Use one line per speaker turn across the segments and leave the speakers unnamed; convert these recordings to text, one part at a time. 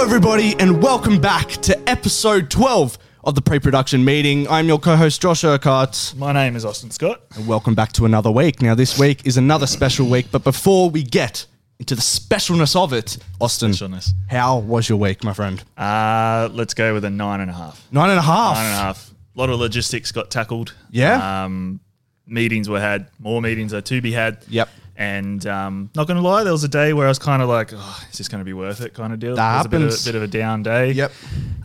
everybody, and welcome back to episode 12 of the pre production meeting. I'm your co host, Josh Urquhart.
My name is Austin Scott.
And welcome back to another week. Now, this week is another special week, but before we get into the specialness of it, Austin,
Specialness.
how was your week, my friend?
Uh, let's go with a nine and a half.
Nine and a half.
Nine and a half. A lot of logistics got tackled.
Yeah.
Um, meetings were had. More meetings are to be had.
Yep.
And um, not going to lie, there was a day where I was kind of like, oh, is this going to be worth it kind of deal.
That
It
happens.
was a bit of, a bit of a down day.
Yep.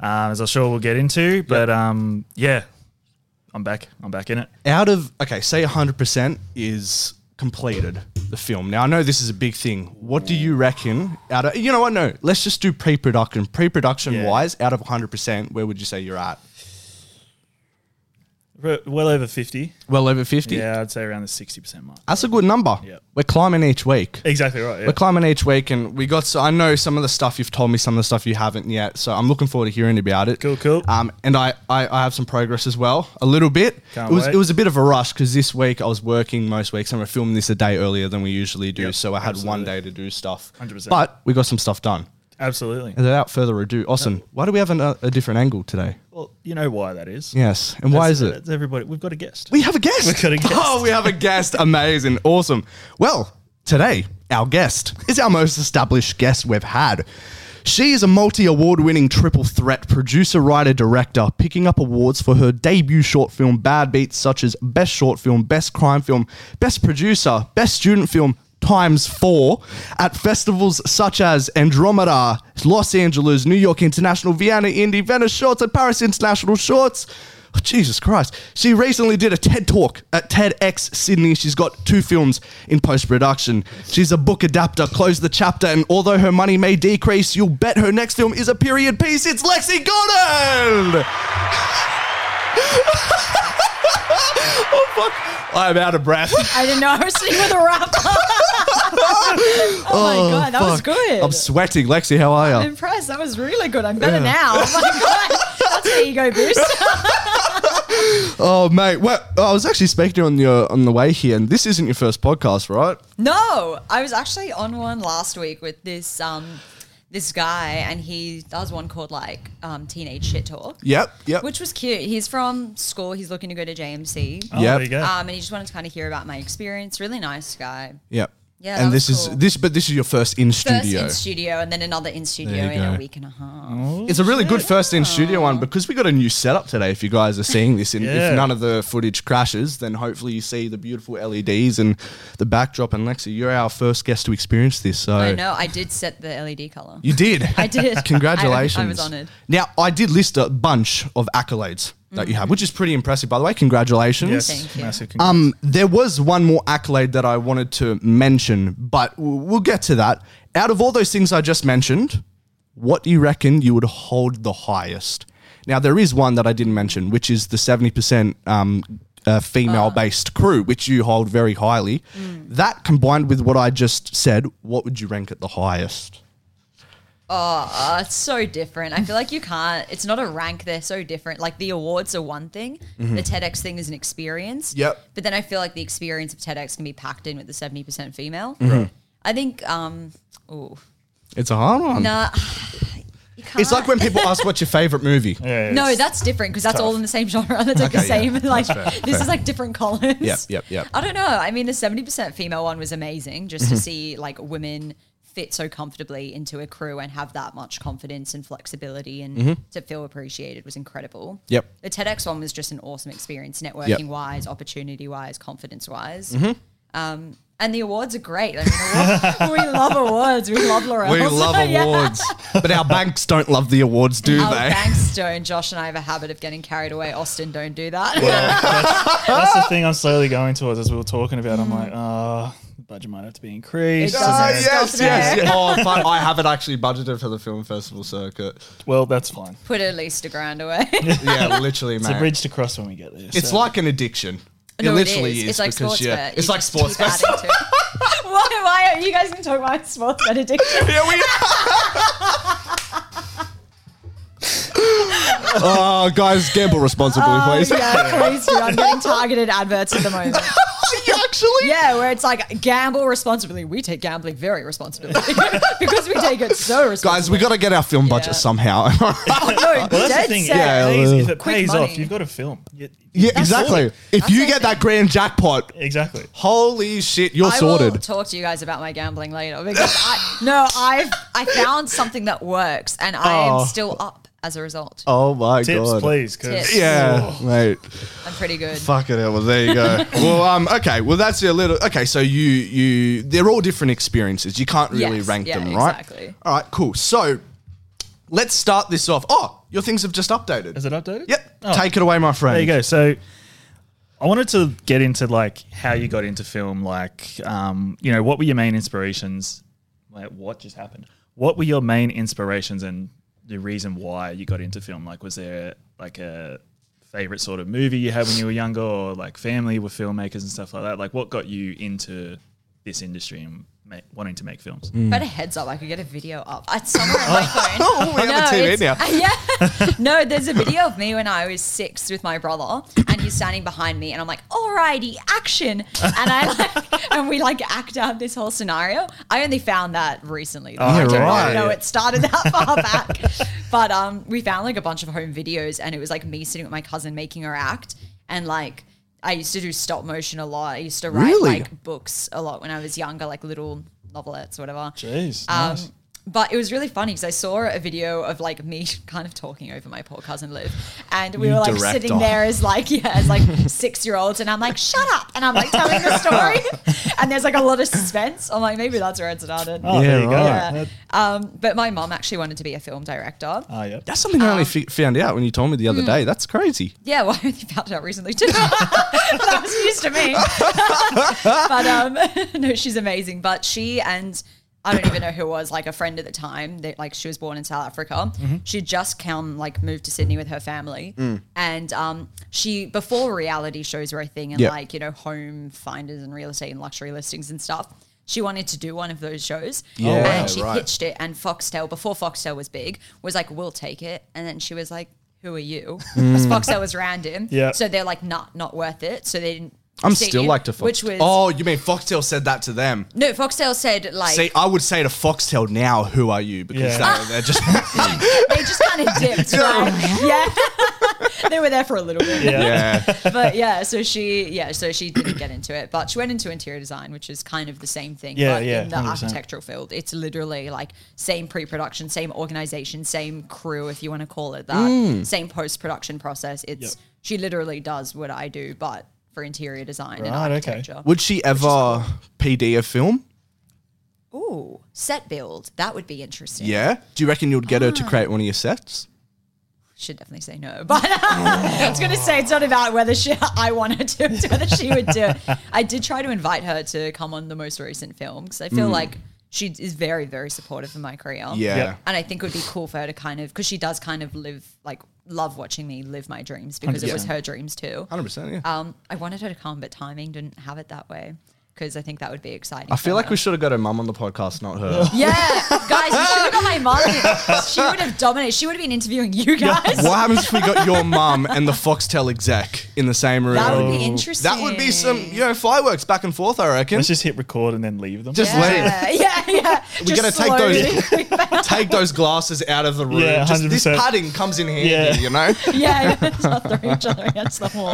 Um, as I'm sure we'll get into. But um, yeah, I'm back. I'm back in it.
out of okay, say 100% is completed the film. Now I know this is a big thing. What do you reckon out of you know what no, let's just do pre-production. Pre-production
Yeah.
wise out of 100%, where would you say you're at?
Re- Well over 50.
Well over 50.
Yeah, I'd say around the 60% mark.
That's a good number.
Yep.
We're climbing each week.
Exactly right. Yeah.
We're climbing each week and we got so I know some of the stuff you've told me, some of the stuff you haven't yet. So I'm looking forward to hearing about it.
Cool, cool.
Um, and I, I, I have some progress as well, a little bit.
Can't
it was
wait.
it was a bit of a rush because this week I was working most weeks and we're filming this a day earlier than we usually do.
Yep,
so I had one
absolutely.
day to do stuff.
100%.
But we got some stuff done.
Absolutely.
And without further ado, Austin, why do we have an, a, a different angle today?
Well, you know why that is.
Yes, and why
That's-
is it?
that's everybody. We've got a guest.
We have a guest.
We've got a guest.
Oh, we have a guest. Amazing. Awesome. Well, today, our guest is our most established guest we've had. She is a multi award winning triple threat producer, writer, director, picking up awards for her debut short film, Bad Beats, such as Best Short Film, Best Crime Film, Best Producer, Best Student Film, times four at festivals such as Andromeda, Los Angeles, New York International, Vienna Indie, Venice Shorts, and Paris International Shorts. Oh, Jesus Christ. She recently did a TED talk at TEDx Sydney. She's got two films in post production. She's a book adapter. Close the chapter, and although her money may decrease, you'll bet her next film is a period piece. It's Lexi Gordon! oh, fuck. I'm out of breath.
I didn't know I was sitting with a wrap. oh, my god, that was
Oh, Fuck.
good.
I'm
I'm
sweating. Lexi, how are you?
impressed. That was really good. I'm better now. Oh my god, that's an ego boost.
Oh mate, well, I was actually speaking to you on your on the way here, and this isn't your first podcast, right?
no, I was actually on one last week with this um this guy, and he does one called like um teenage shit talk,
Yep, yep,
which was cute. He's from school. He's looking to go to JMC.
Oh,
Yep.
there you go.
Um, and he just wanted to kind of hear about my experience. Really nice guy.
yep.
Yeah, that
and
was
this
cool.
is this, but this is your first in
First
studio.
in studio, and then another in studio
There
in
you
a
go.
week and a half.
it's a really good first in studio one because we got a new setup today. If you guys are seeing this, and if
Yeah.
none of the footage crashes, then hopefully you see the beautiful LEDs and the backdrop. And Lexi, you're our first guest to experience this, so
I know. I did set the LED color.
you did.
I did. I- I-
Congratulations.
I was honoured.
Now I did list a bunch of accolades that you have, which is pretty impressive, by the way. Congratulations.
yes.
Thank you.
Massive congrats.
Um, there was one more accolade that I wanted to mention, but w- we'll get to that. Out of all those things I just mentioned, what do you reckon you would hold the highest? Now, there is one that I didn't mention, which is the 70% um, uh, female based crew, which you hold very highly. That combined with what I just said, what would you rank at the highest?
Uh, it's so different. I feel like you can't. It's not a rank. They're so different. Like the awards are one thing. The TEDx thing is an experience.
Mm-hmm. Yep.
But then I feel like the experience of TEDx can be packed in with the seventy percent female.
Mm-hmm.
I think. Um. Ooh.
It's a hard one.
Nah. You can't.
It's like when people ask what's your favorite movie.
Yeah, yeah,
No,
it's-
that's different because that's all in the same genre. That's like the
Okay, yeah.
same. Like
That's fair,
this
fair.
is like different columns.
Yep, yep, yep. Mm-hmm.
I don't know. I mean, the seventy percent female one was amazing. Just to see like women fit so comfortably into a crew and have that much confidence and flexibility and to feel appreciated was incredible.
Mm-hmm. Yep.
The TEDx one was just an awesome experience, networking wise, opportunity wise, confidence wise.
Mm-hmm.
Um, and the awards are great. I mean, award- we love awards. We love Laurel.
We love awards, but our banks don't love the awards, do
Oh,
they?
thanks, Joan. Josh and I have a habit of getting carried away. Austin, don't do that.
that's the thing I'm slowly going towards as we were talking about. I'm like, oh, the budget might have to be increased.
Mm. It
and
does.
Oh,
then-
yes,
Stop
yes,
there.
yes. Oh, fun. I haven't actually budgeted for the film festival circuit.
Well, that's fine.
Put at least a grand away.
Yeah, literally, man.
It's a bridge to cross when we get there.
It's
so-
like an addiction.
No,
it literally
is.
is.
It's like
because,
sports
yeah,
bet.
It's
You
like
just
sports
keep
bet.
adding to it. why, why are you guys going to talk about sports bet addiction?
Here we are. oh, guys, gamble responsibly,
Oh,
please.
yeah, please do. I'm getting targeted adverts at the moment.
Yuck. actually?
Yeah, where it's like gamble responsibly. We take gambling very responsibly because we take it so
Guys,
responsibly.
we got to get our film budget
Yeah.
somehow.
Guys, no,
Well, that's
dead
the thing.
set.
Yeah,
If it pays, if it
Quick
pays
money.
off, you've got a film. You-
yeah,
you're
exactly.
sorted.
If
That's
you
it.
get that grand jackpot,
Exactly.
holy shit, you're
I
sorted.
will talk to you guys about my gambling later because I no, I've I found something that works and I
Oh.
am still up as a result.
oh my
Tips,
god.
please. 'cause-
Tips.
Yeah, mate.
I'm pretty good.
Fuck it. Well, there you go. well, um, okay. Well, that's a little. Okay, so you you they're all different experiences. You can't really
Yes,
rank
yeah,
them, right?
exactly.
All right. Cool. So let's start this off. Oh, your things have just updated.
Is it updated?
Yep.
Oh.
Take it away, my friend.
There you go. So I wanted to get into like how you got into film, like um, you know, what were your main inspirations? Like what just happened? What were your main inspirations and the reason why you got into film? Like was there like a favorite sort of movie you had when you were younger or like family with filmmakers and stuff like that? Like what got you into this industry and ma- wanting to make films?
But a heads up, I could get a video up. It's somewhere in my phone.
Oh, we have a TV now.
Yeah. No, there's a video of me when I was six with my brother, and he's standing behind me, and I'm like, "Alrighty, action!" And I like, and we like act out this whole scenario. I only found that recently. Like, I
Yeah,
did
right.
not know it started that far back. But um, we found like a bunch of home videos, and it was like me sitting with my cousin making her act, and like. I used to do stop motion a lot. I used to write
Really?
like books a lot when I was younger, like little novelettes or whatever.
Jeez.
Um, But it was really funny because I saw a video of like me kind of talking over my poor cousin Liv, and we
You
were like
direct
sitting
on.
there as like yeah, as like six year olds, and I'm like shut up, and I'm like telling the story, and there's like a lot of suspense. I'm like maybe that's where it started.
Oh, there you go.
right.
Yeah. Um, but my mum actually wanted to be a film director.
Ah, yep.
That's something
Um,
I only fi- found out when you told me the
hmm.
other day. That's crazy.
Yeah, well, I only found out recently too. that was news to me. but um, no, she's amazing. But she and I don't even know who it was like a friend at the time. That like she was born in South Africa.
Mm-hmm.
She'd just come like moved to Sydney with her family,
Mm.
and um, she before reality shows were a thing and
Yep.
like you know home finders and real estate and luxury listings and stuff. She wanted to do one of those shows,
Yeah,
and she
right.
pitched it. And Foxtel, before Foxtel was big, was like, "We'll take it." And then she was like, "Who are you?" Because Foxtel was random,
Yeah.
So they're like, "Not, not worth it." So they didn't.
I'm
stick
still
in,
like to Foxtel.
Which was
oh, you mean Foxtel said that to them?
no, Foxtel said like
See, I would say to Foxtel now, "Who are you?" Because
Yeah.
they, they're just
they just kind of dipped, right? yeah, they were there for a little bit,
yeah.
but yeah. So she, yeah, so she didn't get into it, but she went into interior design, which is kind of the same thing.
Yeah,
but
yeah,
In the
100%.
architectural field, it's literally like same pre-production, same organization, same crew, if you want to call it that, same post-production process. It's
Mm. Yep.
she literally does what I do, but for interior design and
Right, okay.
architecture.
Would she ever PD a film?
Ooh, set build. That would be interesting.
Yeah. Do you reckon you'd get her to create one of your sets?
Should definitely say no, but uh, I was going to say it's not about whether she, I want her to, it's whether she would do it. I did try to invite her to come on the most recent film because I feel like she is very, very supportive of my career.
Mm. Yeah.
Yep.
And I think it would be cool for her to kind of, because she does kind of live, like, love watching me live my dreams because it was
100%.
her dreams too.
Hundred percent. Yeah.
Um, I wanted her to come, but timing didn't have it that way because I think that would be exciting.
I
for
feel like
her.
we should have got her mum on the podcast, not her.
Yeah, guys, you should have got my mom. She would have dominated. She would have been interviewing you guys.
what happens if we got your mum and the Foxtel exec in the same room?
That would be interesting.
That would be some, you know, fireworks back and forth. I reckon.
Let's just hit record and then leave them.
Just-
Yeah, yeah, yeah.
We gotta take those- Take those glasses out of the room.
Yeah,
Just this
100%.
padding comes in handy,
Yeah.
you know.
yeah, yeah. Start throwing each other against the wall.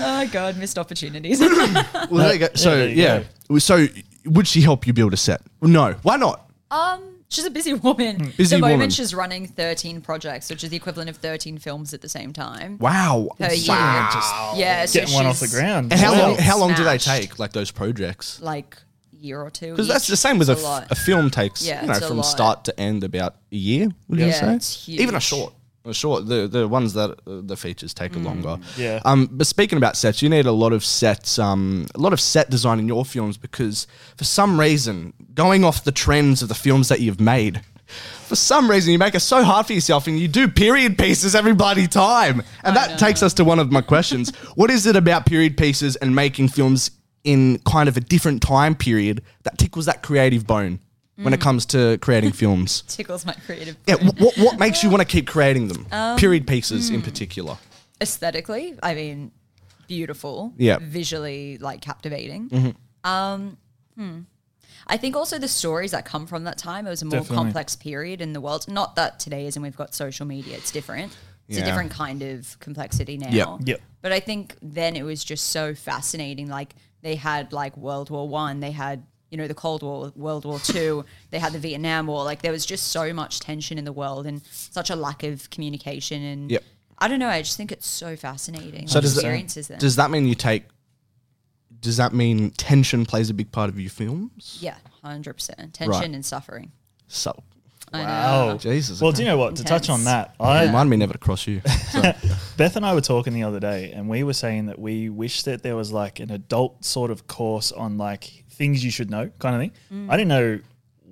Oh god, missed opportunities.
Well, there you go. So
there you
yeah. So would she help you build a set? No. Why not?
um, she's a busy woman.
Hmm. Busy
At the moment,
woman.
she's running thirteen projects, which is the equivalent of thirteen films at the same time.
Wow.
Per year. Yeah, so
Getting one off the
she's,
ground.
And how
Wow.
long? How long do they
Smashed.
take? Like those projects?
Like year or two.
Because that's
each.
the same with a,
It's
f-
lot.
a film takes
Yeah,
you know
it's a
from
lot.
start to end about a year. Would you
Yeah,
say
it's
even a
huge.
short? A short. The the ones that uh, the features take a longer.
Yeah.
Um. But speaking about sets, you need a lot of sets. Um. A lot of set design in your films because for some reason, going off the trends of the films that you've made. For some reason, you make it so hard for yourself, and you do period pieces every bloody time, and that takes us to one of my questions. what is it about period pieces and making films in kind of a different time period that tickles that creative bone when it comes to creating films?
tickles my creative.
Yeah, wh- what, what
Um, hmm.
makes you want to keep creating them? period pieces in particular.
aesthetically, I mean, beautiful,
Yeah. Mm-hmm.
visually like captivating. Um, hmm. I think also the stories that come from that time. It was a more
Definitely.
complex period in the world. Not that today is, and we've got social media. It's different. It's
Yeah.
a different kind of complexity now.
Yep.
Yep.
But I think then it was just so fascinating. Like they had like World War One, they had you know the Cold War, World War Two, they had the Vietnam War. Like there was just so much tension in the world and such a lack of communication. And
Yep.
I don't know. I just think it's so fascinating.
So
like,
does that-
experiences then?
Does that mean you take? Does that mean tension plays a big part of your films?
yeah, hundred percent tension
Right.
and suffering.
So
Wow.
Jesus.
Well,
okay.
do you know what? To touch on that, I
Remind me never to cross you. So,
Beth and I were talking the other day, and we were saying that we wish that there was like an adult sort of course on like things you should know, kind of
Mm.
thing. I didn't know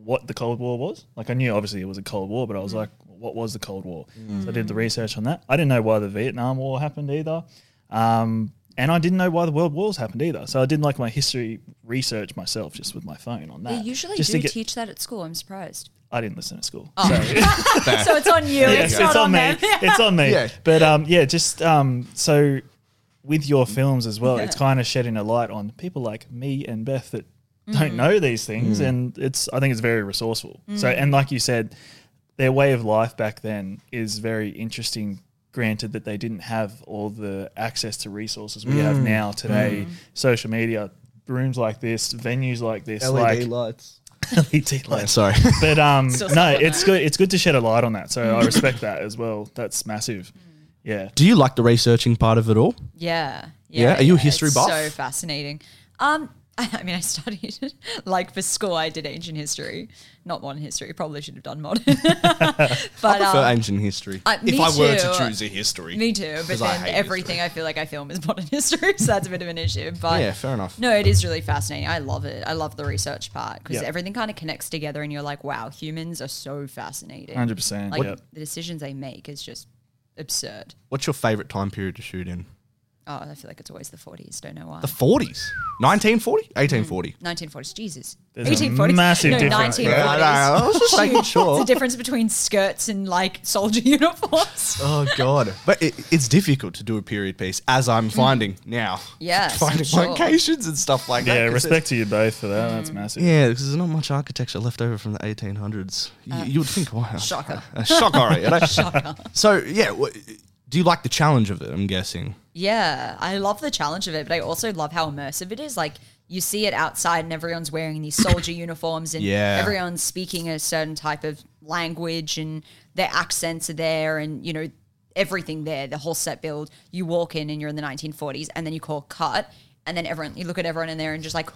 what the Cold War was. Like, I knew obviously it was a Cold War, but I
Mm.
was like, what was the Cold War? So I did the research on that. I didn't know why the Vietnam War happened either. Um, and I didn't know why the world wars happened either. So I did like my history research myself just with my phone on that.
They usually
just to
do
get-
teach that at school. I'm surprised.
I didn't listen at school.
so it's on you.
Yes,
it's, not on,
me.
them.
It's on me.
Yeah.
But um, yeah, just um, so with your films as well, it's kind of shedding a light on people like me and Beth that
Mm-hmm.
don't know these things,
Mm.
and it's I think it's very resourceful. So
Mm.
and like you said, their way of life back then is very interesting. Granted that they didn't have all the access to resources we
Mm.
have now today,
Mm.
social media, rooms like this, venues like this, like
E lights.
LED lights
Sorry.
but um,
Still
no,
stuck on
it's good. It's good to shed a light on that. So I respect that as well. That's massive. Yeah.
do you like the researching part of it all?
Yeah.
Yeah? Are you a history
it's
buff?
So fascinating. Um, I, I mean, I studied it. like for school. I did ancient history, not modern history. Probably should have done modern. but
For
um,
ancient history.
I- me
if I were to
too.
choose a history,
me too. But
'Cause I
then
hate
everything I feel like I film is modern history, so that's a bit of an issue. But
yeah, fair enough.
no, it is really fascinating. I love it. I love the research part because
Yeah.
everything kind of connects together, and you're like, wow, humans are so fascinating.
Hundred percent.
Like
Yep.
the decisions they make is just absurd.
What's your favorite time period to shoot in?
Oh, I feel like it's always the 40s. Don't know why.
The 40s. 1940? 1840.
1940s. Jesus.
There's a
1840s.
massive
no,
difference, bro.
1940s.
Yeah, I know. I was just making
Shoot.
sure.
It's the difference between skirts and like soldier uniforms.
Oh god! But it, it's difficult to do a period piece, as I'm finding now.
Yes,
finding
I'm Mm. sure.
locations and stuff like that.
Yeah.
'cause
Respect to you both for that.
Mm.
That's massive.
it's- Yeah, because there's not much architecture left over from the 1800s. You, you would think, wow,
Uh, shocker.
a shocker, right? You know? So yeah, w- do you like the challenge of it? I'm guessing.
Yeah, I love the challenge of it, but I also love how immersive it is. Like you see it outside, and everyone's wearing these soldier uniforms, and
Yeah.
everyone's speaking a certain type of language, and their accents are there, and you know everything there. The whole set build. You walk in, and you're in the 1940s, and then you call cut. And then everyone, you look at everyone in there and just like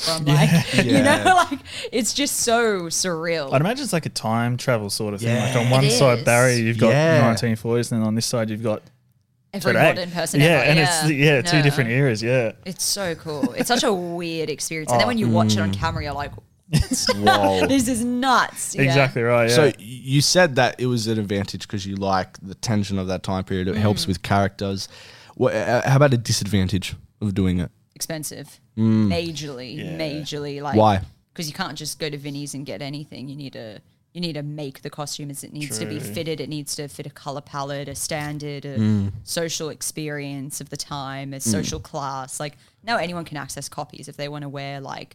from like, you
Yeah.
know, like it's just so surreal.
I'd imagine it's like a time travel sort of thing. Like
Yeah.
on one
It
side
is.
Barry, you've got
Yeah.
1940s, and then on this side you've got
Every
today.
modern person
yeah,
ever.
and it's yeah two
No.
different eras. Yeah.
It's so cool. It's such a weird experience. And then when you watch
Mm.
it on camera, you're like,
Wow.
this is nuts. Yeah.
Exactly right. Yeah.
So you said that it was an advantage because you like the tension of that time period. It helps
Mm.
with characters. Wha uh, how about a disadvantage of doing it?
Expensive.
Mm.
Majorly, majorly. Like
Why?
Because you can't just go to Vinny's and get anything. You need to you need to make the costumes. It needs to be
True. Mm.
fitted. It needs to fit a color palette, a standard, a social experience of the time, a social class. Like now, anyone can access copies if they want to wear like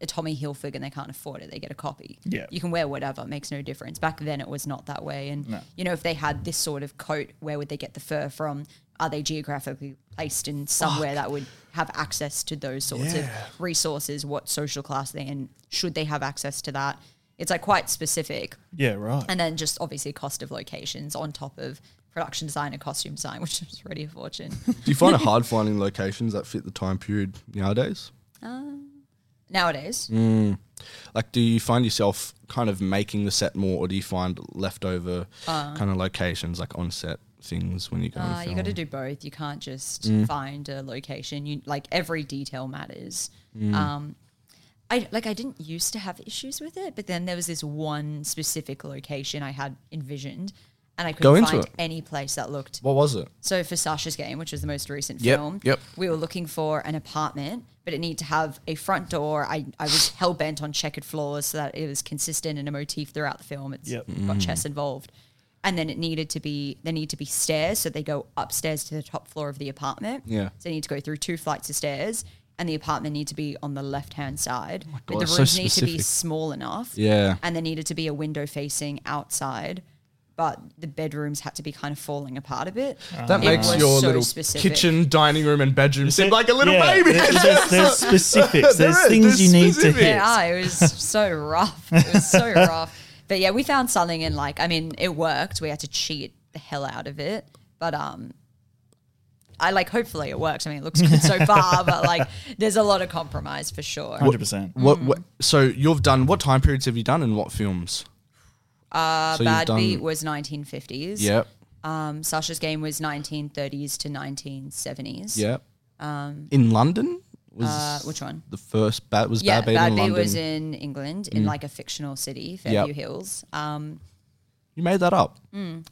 a Tommy Hilfiger and they can't afford it. They get a copy.
Yeah.
you can wear whatever. It makes no difference. Back then, it was not that way. And
No.
you know, if they had this sort of coat, where would they get the fur from? Are they geographically placed in somewhere that would have access to those sorts of resources? What social class they in? Should they have access to that? It's like quite specific.
yeah. Right.
And then just obviously cost of locations on top of production design and costume design, which is already a fortune.
Do you find it hard finding locations that fit the time period nowadays?
Nowadays,
Like, do you find yourself kind of making the set more, or do you find leftover kind of locations, like on set things when you go? Mm.
Uh,
and
you
film?
got to do both. You can't just find a location. You like every detail matters.
Mm.
Um, I like I didn't used to have issues with it, but then there was this one specific location I had envisioned, and I
Go
couldn't
into
find
it.
any place that looked
What was it?
so for Sasha's game, which was the most recent
Yep,
film,
yep.
we were looking for an apartment, but it needed to have a front door. I, I was hell bent on checkered floors so that it was consistent in a motif throughout the film. It's
Mm.
Yep.
got chess involved. and then it needed to be there need to be stairs, so they go upstairs to the top floor of the apartment.
Yeah.
so they need to go through two flights of stairs, and the apartment need to be on the left hand side.
God,
but
that's
the
Oh so
rooms need to be
specific.
small enough.
Yeah.
and there needed to be a window facing outside. But the bedrooms had to be kind of falling apart a bit.
That
It
makes
was
your
so
little
specific.
kitchen, dining room, and bedroom seem like a little
Yeah,
baby.
there- There's, there's specifics.
There
There's
is,
things
there's
you need to
specifics.
hit.
Yeah, it was so rough. It was so rough. But yeah, we found something and like I mean, it worked. We had to cheat the hell out of it. But um I like hopefully it works. I mean it looks good so far, but like there's a lot of compromise for sure.
100%.
What, what? So you've done what time periods have you done, and what films? Uh, so
Bad Beat was nineteen fifties.
Yep.
Um Sasha's game was nineteen thirties to nineteen seventies.
Yep. in London was
Um, Uh, which one?
the first. Bad was
Yeah,
Bad Beat
Bad
in
Beat
London. Mm.
was in England in like a fictional city, Fairview Hills. Um
you made that up.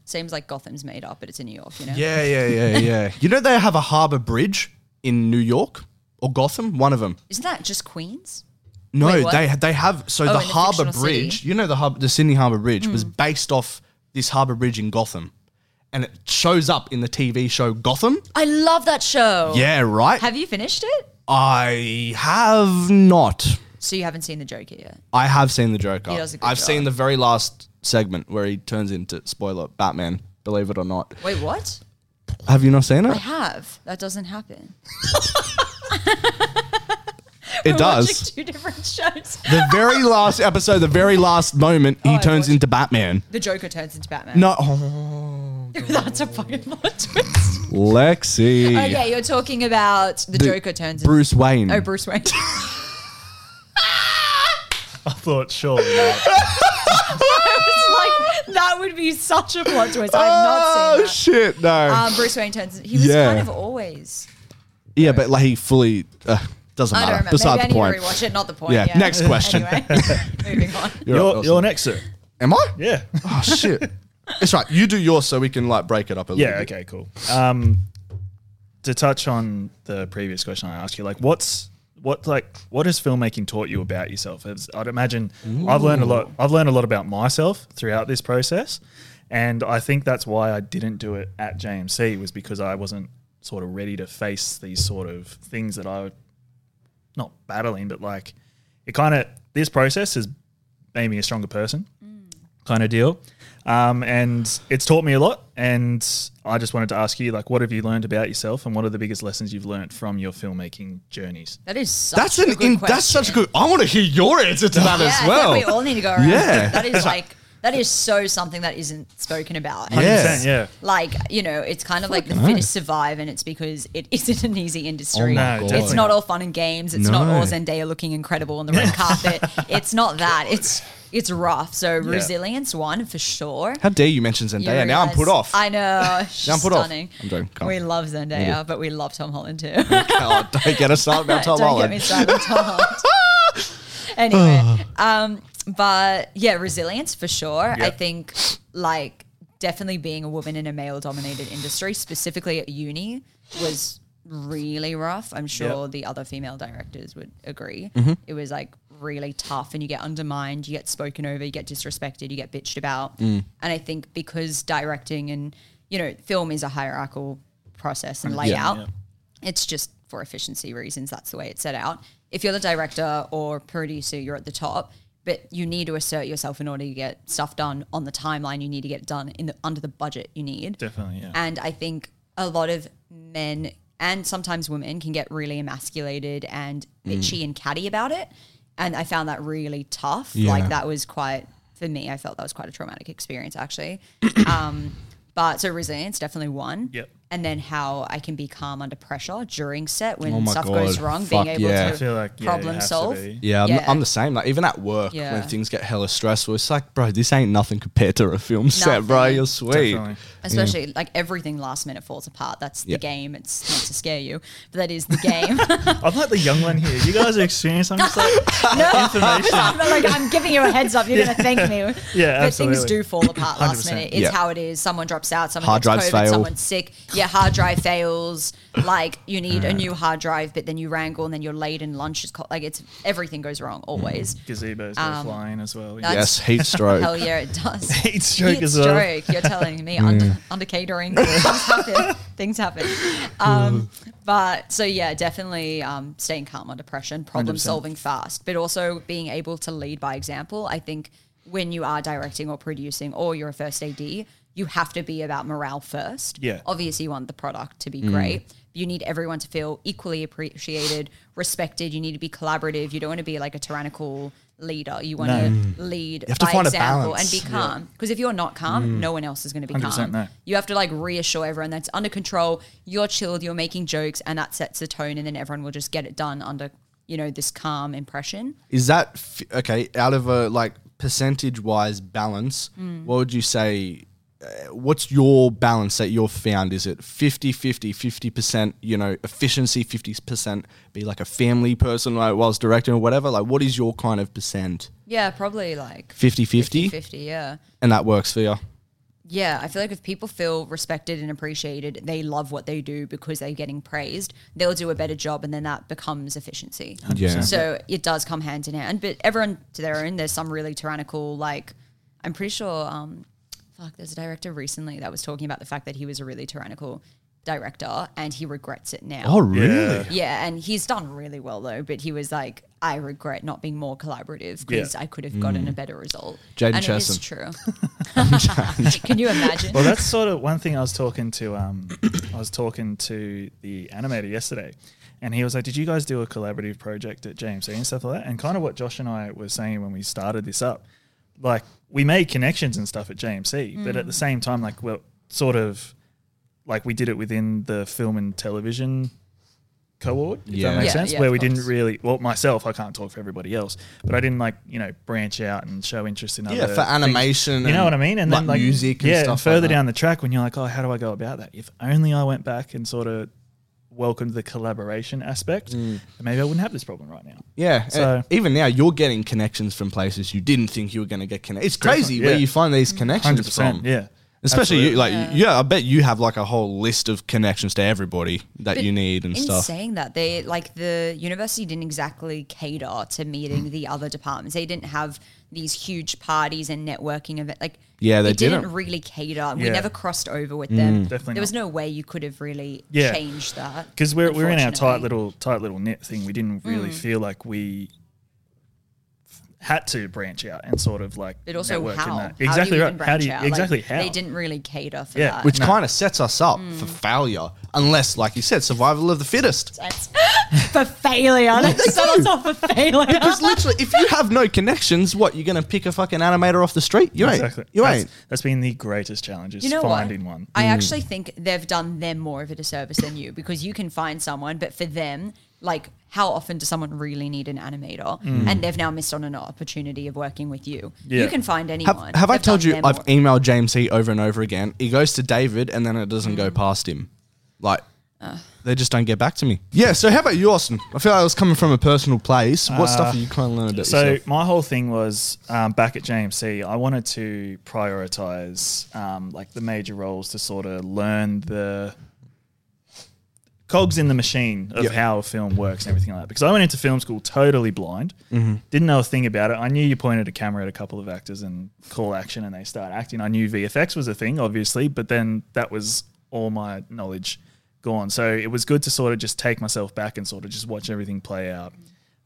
seems like Gotham's made up, but it's in New York, you know?
Yeah, yeah, yeah, yeah. you know they have a harbour bridge in New York or Gotham, one of them.
Isn't that just Queens?
No,
Wait, what?
they they have so
Oh,
the
in the
harbour
fictional city. Hmm.
bridge. You know the harbour, the Sydney Harbour Bridge was based off this harbour bridge in Gotham, and it shows up in the TV show Gotham.
I love that show.
Yeah, right.
Oh. Have you finished it?
I have not.
So you haven't seen the Joker yet.
I have seen the Joker.
He does a good
I've
job.
seen the very last segment where he turns into spoiler Batman. Believe it or not,
Wait, what?
have you not seen it?
I have. That doesn't happen.
It does.
Watching two different shows.
The very last episode, the very last moment, he
Oh, I
turns
watched-
into Batman.
The Joker turns into Batman.
No,
that's a fucking plot twist.
Lexi.
Okay, you're talking about the, Joker turns into
Bruce Wayne.
Oh, Bruce Wayne.
I thought, sure. yeah.
it's like that would be such a plot twist. I've not
Oh,
seen that.
shit! No.
um, Bruce Wayne turns. He was
Yeah.
kind of always.
yeah, but like he fully uh, doesn't
I don't
matter.
remember.
Beside
Maybe
the
I
point.
need to rewatch it. Not the point.
Yeah,
Yeah.
next question.
Anyway, moving on.
You're
You're,
right,
you're
Wilson.
next, sir.
Am I?
Yeah.
Oh shit! it's right. You do yours so we can like break it up a little.
Yeah.
bit.
Okay. Cool. Um, to touch on the previous question I asked you, like, what's what like what has filmmaking taught you about yourself? As I'd imagine, I've learned a lot. I've learned a lot about myself throughout this process, and I think that's why I didn't do it at JMC was because I wasn't sort of ready to face these sort of things that I, not battling, but like, it kind of this process has made me a stronger person kind of deal. Um, and it's taught me a lot. And I just wanted to ask you, like, what have you learned about yourself, and what are the biggest lessons you've learned from your filmmaking journeys?
That is. Such
That's
a
an
good
in, that's such a
question.
good. I want to hear your answer to that
Yeah,
as
I think we
well.
all need to go around.
Yeah.
That is like that is so something that isn't spoken about.
Yeah.
100%, yeah.
Like, you know, it's kind of like the fittest survive and it's because it isn't an easy industry.
Oh my No, God.
It's not all fun and games. It's not
No.
all Zendaya looking incredible on the red carpet. it's not that. It's it's rough. So resilience one for sure.
How dare you mention
You
Zendaya? now I'm
realise-
put off.
I know.
now I'm
She's
put
stunning.
off. I'm joking. Come
We
on.
love Zendaya, but we love Tom Holland too.
God, Oh, don't get us started about Tom
Don't get me
Holland.
started with Tom Holland. anyway, um, but yeah, resilience for sure.
Yeah.
I think like definitely being a woman in a male-dominated industry, specifically at uni, was really rough. I'm sure
Yeah.
the other female directors would agree. It was like really tough, and you get undermined, you get spoken over, you get disrespected, you get bitched about. And I think because directing and you know, film is a hierarchical process and layout it's just for efficiency reasons that's the way it's set out if you're the director or producer you're at the top but you need to assert yourself in order to get stuff done on the timeline you need to get done in the under the budget you need
Definitely, yeah.
and I think a lot of men and sometimes women can get really emasculated and
Mm.
bitchy and catty about it. And I found that really tough.
Yeah.
Like that was quite for me. I felt that was quite a traumatic experience actually. um, but so resilience definitely one.
Yep.
And then how I can be calm under pressure during set when
Oh my
stuff goes
God.
wrong,
Fuck
being able
yeah. I
to
feel like, yeah, it
problem
has to
solve.
be.
Yeah, I'm,
Yeah.
I'm the same. Like even at work,
Yeah.
when things get hella stressful, it's like, bro, this ain't nothing compared to a film set, bro.
Nothing.
You're sweet.
Definitely.
especially like everything last minute falls apart. That's
Yeah.
the game. It's not to scare you, but that is the game.
I'm like the young one here. You guys are experienced. I'm just like information.
I'm not like I'm giving you a heads up. You're gonna thank me.
Yeah,
but
absolutely.
things do fall apart last
100%.
minute. It's
Yeah.
how it is. Someone drops out. Someone
Hard
gets
drives
COVID.
fail.
Someone's sick. your hard drive fails, like you need a new hard drive, but then you wrangle and then you're late and lunch is co- like it's everything goes wrong always.
Gazebos go flying as well.
that's-
Yes, heat stroke.
Hell yeah, it does.
Heat stroke
Heat
as well.
stroke, You're telling me under, under catering things happen. Things happen. Um, but so yeah, definitely um, staying calm on depression, problem
100%.
solving fast, but also being able to lead by example. I think when you are directing or producing or you're a first AD, you have to be about morale first.
Yeah. Mm.
Obviously, you want the product to be great. You need everyone to feel equally appreciated, respected. You need to be collaborative. You don't want to be like a tyrannical leader. You want to lead
have to
by
find a
example
balance. Mm.
and be calm. Because if you're not calm, no one else is going to be
100%
calm.
no.
You have to like reassure everyone that's under control. You're chilled. You're making jokes, and that sets the tone. And then everyone will just get it done under you know this calm impression.
Is that f- okay? Out of a like percentage wise balance,
Mm.
what would you say? Uh, what's your balance that you've found? Is it 50 50, 50%, you know, efficiency, 50% be like a family person like whilst directing or whatever? Like, what is your kind of percent?
Yeah, probably like
50 50?
50, yeah.
And that works for you.
Yeah, I feel like if people feel respected and appreciated, they love what they do because they're getting praised, they'll do a better job and then that becomes efficiency.
Yeah.
So it does come hand in hand, but everyone to their own. There's some really tyrannical, like, I'm pretty sure, um, fuck, there's a director recently that was talking about the fact that he was a really tyrannical director and he regrets it now.
Oh, really?
Yeah, and he's done really well though, but he was like, I regret not being more collaborative because
Yeah.
I could have gotten a better result.
Mm. Jaden
and
Chesson.
it is true. Can you imagine?
Well, that's sort of one thing I was talking to. Um, I was talking to the animator yesterday, and he was like, "Did you guys do a collaborative project at JMC and stuff like that?" And kind of what Josh and I were saying when we started this up, like we made connections and stuff at JMC, but
Mm.
at the same time, like we're sort of like we did it within the film and television cohort, if
Yeah.
that makes
Yeah,
sense,
yeah,
where
of
we didn't
course.
really, well, myself, I can't talk for everybody else, but I didn't like, you know, branch out and show interest in other
Yeah, for
things.
animation.
You
and,
know what I mean? And then like
music and
yeah,
stuff.
and further down the track when you're like, oh, how do I go about that? If only I went back and sort of welcomed the collaboration aspect,
Mm.
then maybe I wouldn't have this problem right now.
Yeah.
So-
uh, even now, you're getting connections from places you didn't think you were going to get connected. It's crazy where
yeah.
you find these connections
Hundred
from.
percent. Yeah.
Especially you,
Absolutely.
like yeah. I bet you have like a whole list of connections to everybody that
But
you need and
in
stuff.
saying that, they like the university didn't exactly cater to meeting the other departments. They didn't have these huge parties and networking event. Like
Yeah, they
it didn't,
didn't. Mm.
really cater. and We
Yeah.
never crossed over with them.
Definitely
there was
not.
no way you could have really
Yeah.
changed that
Because we're, we're in our tight
unfortunately.
little tight little knit thing. We didn't
Mm.
really feel like we had to branch out and sort of like
But also,
network in
how?
that.
How do you
Exactly
even
right. How do
branch
you
out? Like,
exactly how
They didn't really cater for
Yeah.
that.
which kind of sets us up for failure, unless, like you said, survival of the fittest.
for failure. That's so it's not for failure.
Because literally, if you have no connections, what you're gonna pick a fucking animator off the street? You
Exactly.
ain't. You
That's-
ain't.
that's been the greatest challenge is
You know
finding
what?
one. Mm.
I actually think they've done them more of a disservice than you because you can find someone, but for them, like how often does someone really need an animator? And they've now missed on an opportunity of working with you.
Mm. Yeah.
You can find
Have,
anyone.
have I
They've
told
done
you
them
I've
more.
emailed James He over and over again? He goes to David, and then it doesn't
Mm.
go past him. Like they just don't get back to me. Yeah. So how about you, Austin? I feel like I was coming from a personal place. What stuff are you kind of learning about
Uh, So
yourself?
my whole thing was um, back at JMC. I wanted to prioritize um, like the major roles to sort of learn the cogs in the machine of
Yep.
how a film works and everything like that. Because I went into film school totally blind, didn't know a thing about it. I knew you pointed a camera at a couple of actors and call action, and they start acting. I knew VFX was a thing, obviously, but then that was all my knowledge gone. So it was good to sort of just take myself back and sort of just watch everything play out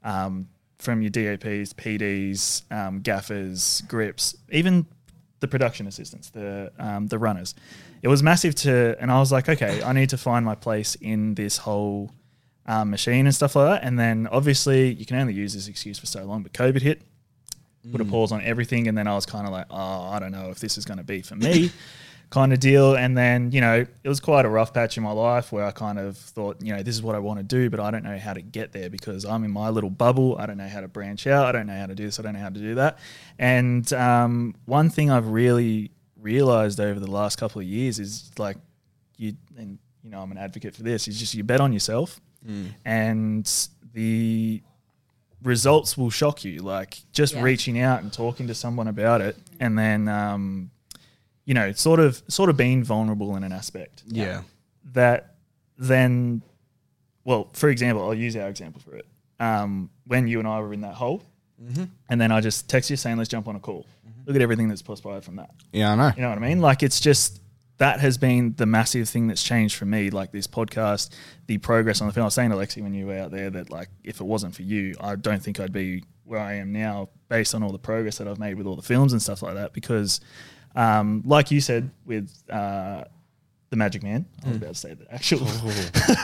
um, from your DOPs, PDs, um, gaffers, grips, even the production assistants, the um, the runners. It was massive to, and I was like, okay, I need to find my place in this whole um, machine and stuff like that. And then obviously, you can only use this excuse for so long, but COVID hit put a pause on everything. And then I was kind of like, oh, I don't know if this is going to be for me kind of deal. And then, you know, it was quite a rough patch in my life where I kind of thought, you know, this is what I want to do, but I don't know how to get there because I'm in my little bubble. I don't know how to branch out. I don't know how to do this. I don't know how to do that. And um, one thing I've really realized over the last couple of years is like, you, and, you know, I'm an advocate for this, is just you bet on yourself. And the results will shock you. Like just
Yeah.
reaching out and talking to someone about it, and then um, you know, sort of sort of being vulnerable in an aspect.
yeah.
that then, well, for example, I'll use our example for it. Um, when you and I were in that hole, and then I just text you saying, let's jump on a call. Look at everything that's perspired from that.
Yeah, I know.
You know what I mean? Like it's just that has been the massive thing that's changed for me. Like this podcast, the progress on the film. I was saying to Alexi when you were out there that like if it wasn't for you, I don't think I'd be where I am now based on all the progress that I've made with all the films and stuff like that. Because um, like you said with uh, the Magic Man, I was about to say the actual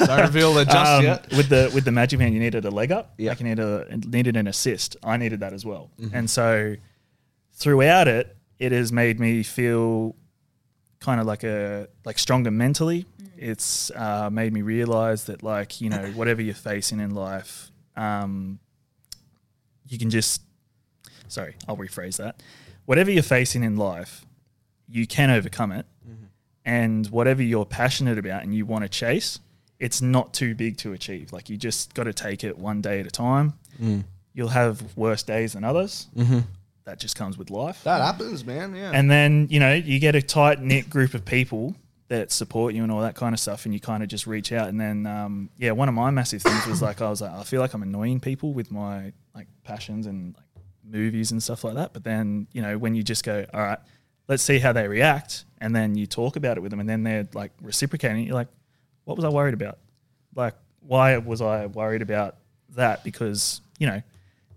Don't reveal the just
um,
yet.
with the with the Magic Man, you needed a leg up.
Yeah.
Like you needed a, needed an assist. I needed that as well. And so throughout it, it has made me feel kind of like a like stronger mentally. It's uh, made me realize that like you know whatever you're facing in life, um, you can just sorry, I'll rephrase that. Whatever you're facing in life, you can overcome it. And whatever you're passionate about and you want to chase, it's not too big to achieve. Like you just got to take it one day at a time. You'll have worse days than others. That just comes with life.
That happens, man. Yeah.
And then, you know, you get a tight knit group of people that support you and all that kind of stuff, and you kind of just reach out. And then, um, yeah, one of my massive things was like, I was like, I feel like I'm annoying people with my like passions and like movies and stuff like that. But then, you know, when you just go, all right, let's see how they react, and then you talk about it with them, and then they're like reciprocating, you're like, what was I worried about? Like, why was I worried about that? Because, you know,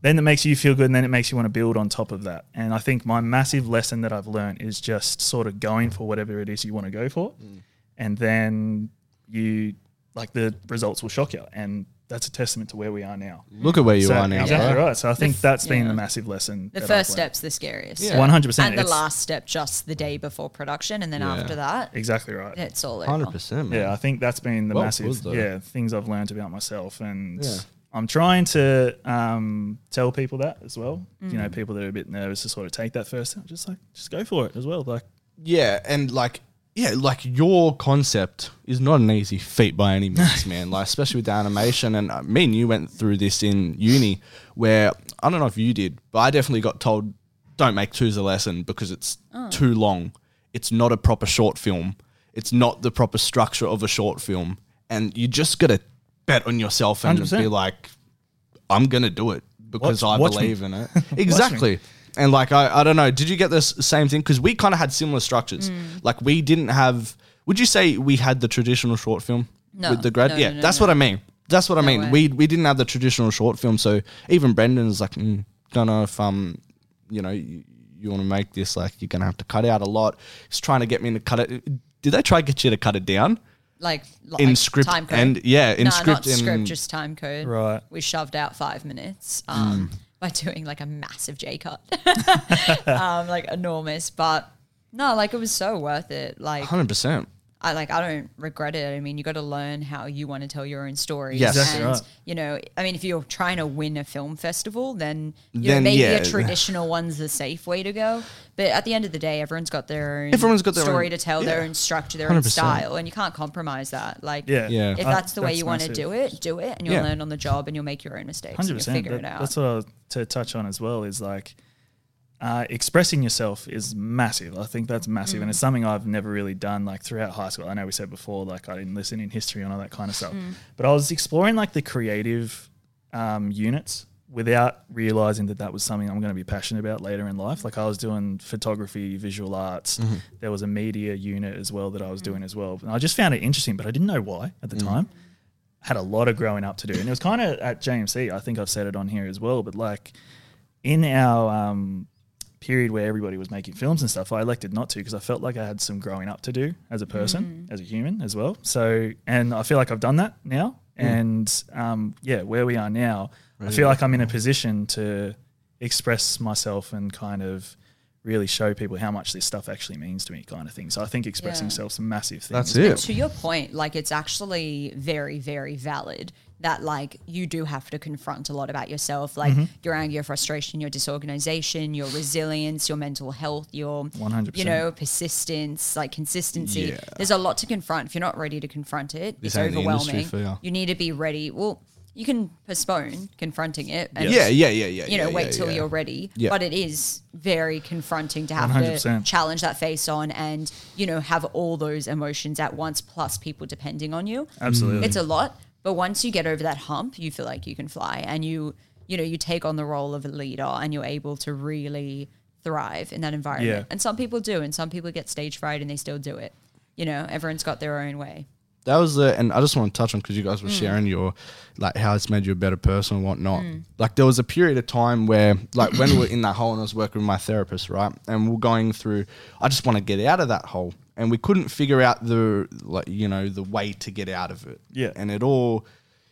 then it makes you feel good and then it makes you want to build on top of that. And I think my massive lesson that I've learned is just sort of going for whatever it is you want to go for.
Mm.
And then you, like, the results will shock you. And that's a testament to where we are now.
Look at where you
So-
are now,
exactly
bro.
right. So I think that's been
yeah.
the massive lesson.
The
that I've
first
learned.
step's the scariest.
Yeah.
step.
100%.
And the
it's
last step just the day before production, and then
Yeah.
after that,
Exactly right.
it's all over.
Hundred percent, man.
Yeah, I think that's been the
Well put,
massive
though.
yeah things I've learned about myself, and
Yeah.
I'm trying to um, tell people that as well. You
Mm.
know, people that are a bit nervous to sort of take that first step, just like just go for it as well. Like
Yeah, and like yeah, like your concept is not an easy feat by any means, man. Like especially with the animation, and uh, me and you went through this in uni, where I don't know if you did, but I definitely got told, "Don't make two's a lesson because it's
Oh.
too long. It's not a proper short film. It's not the proper structure of a short film, and you just gotta bet on yourself and
100%.
be like, I'm gonna do it because
Watch-
I
watch me.
believe in it. exactly. And like I, I don't know, did you get this same thing? Because we kind of had similar structures.
Mm.
Like we didn't have. Would you say we had the traditional short film
No,
with the grad?
no,
yeah,
no, no,
that's
no.
what I mean. That's what I mean.
way.
We we didn't have the traditional short film, so even Brendan's like, mm, don't know if um, you know, you, you want to make this like you're gonna have to cut out a lot. He's trying to get me to cut it. Did they try to get you to cut it down
Like, like
in script
time code.
and yeah, in
no,
script
not
and Mm.
script, just time code.
Right.
We shoved out five minutes um, by doing like a massive J cut, um, like enormous. But no, like it was so worth it. Like
hundred percent.
I like I don't regret it. I mean, you got to learn how you want to tell your own stories.
Yes.
Exactly
and
right.
you know, I mean, if you're trying to win a film festival, then, you
Then,
know, maybe
yeah.
a traditional one's the safe way to go. But at the end of the day, everyone's got their own
Everyone's got their
story
own-
to tell, their
yeah.
own structure, their own
100%.
style, and you can't compromise that. Like,
Yeah. Yeah.
if
Uh,
that's the way
that's
you want to
massive.
do it, do it, and you'll
Yeah.
learn on the job, and you'll make your own mistakes, and
hundred
you'll
percent.
figure it out.
That's what I was to touch on as well is like uh, expressing yourself is massive. I think that's massive,
Mm.
and it's something I've never really done like throughout high school. I know we said before like I didn't listen in history and all that kind of stuff,
Mm.
but I was exploring like the creative um, units without realizing that that was something I'm going to be passionate about later in life. Like I was doing photography, visual arts. There was a media unit as well that I
Mm.
was doing as well, and I just found it interesting, but I didn't know why at the time had a lot of growing up to do. And it was kind of at JMC, I think I've said it on here as well, but like in our um, period where everybody was making films and stuff, I elected not to because I felt like I had some growing up to do as a person, as a human as well. So, and I feel like I've done that now. And um, yeah, where we are now, I feel like I'm in a position to express myself and kind of really show people how much this stuff actually means to me, kind of thing. So I think expressing
Yeah.
yourself is a massive thing.
That's
And
it.
to your point, like it's actually very, very valid that like you do have to confront a lot about yourself, like
Mm-hmm.
your anger, your frustration, your disorganization, your resilience, your mental health, your
100%.
you know persistence, like consistency.
Yeah.
There's a lot to confront. If you're not ready to confront it,
This
it's
ain't the industry
overwhelming.
for ya.
You need to be ready. Well. you can postpone confronting it and
Yeah, yeah, yeah, yeah.
you know,
yeah,
wait
yeah,
till
yeah.
you're ready.
Yeah.
But it is very confronting to have to
100%.
challenge that face on and, you know, have all those emotions at once plus people depending on you.
Absolutely.
It's a lot. But once you get over that hump, you feel like you can fly and you, you know, you take on the role of a leader and you're able to really thrive in that environment.
Yeah.
And some people do, and some people get stage fright and they still do it. You know, everyone's got their own way.
That was the, and I just want to touch on because you guys were sharing your, like, how it's made you a better person and whatnot. Like, there was a period of time where, like, when we were in that hole and I was working with my therapist, right? And we're going through, I just want to get out of that hole. And we couldn't figure out the, like, you know, the way to get out of it.
Yeah.
And it all,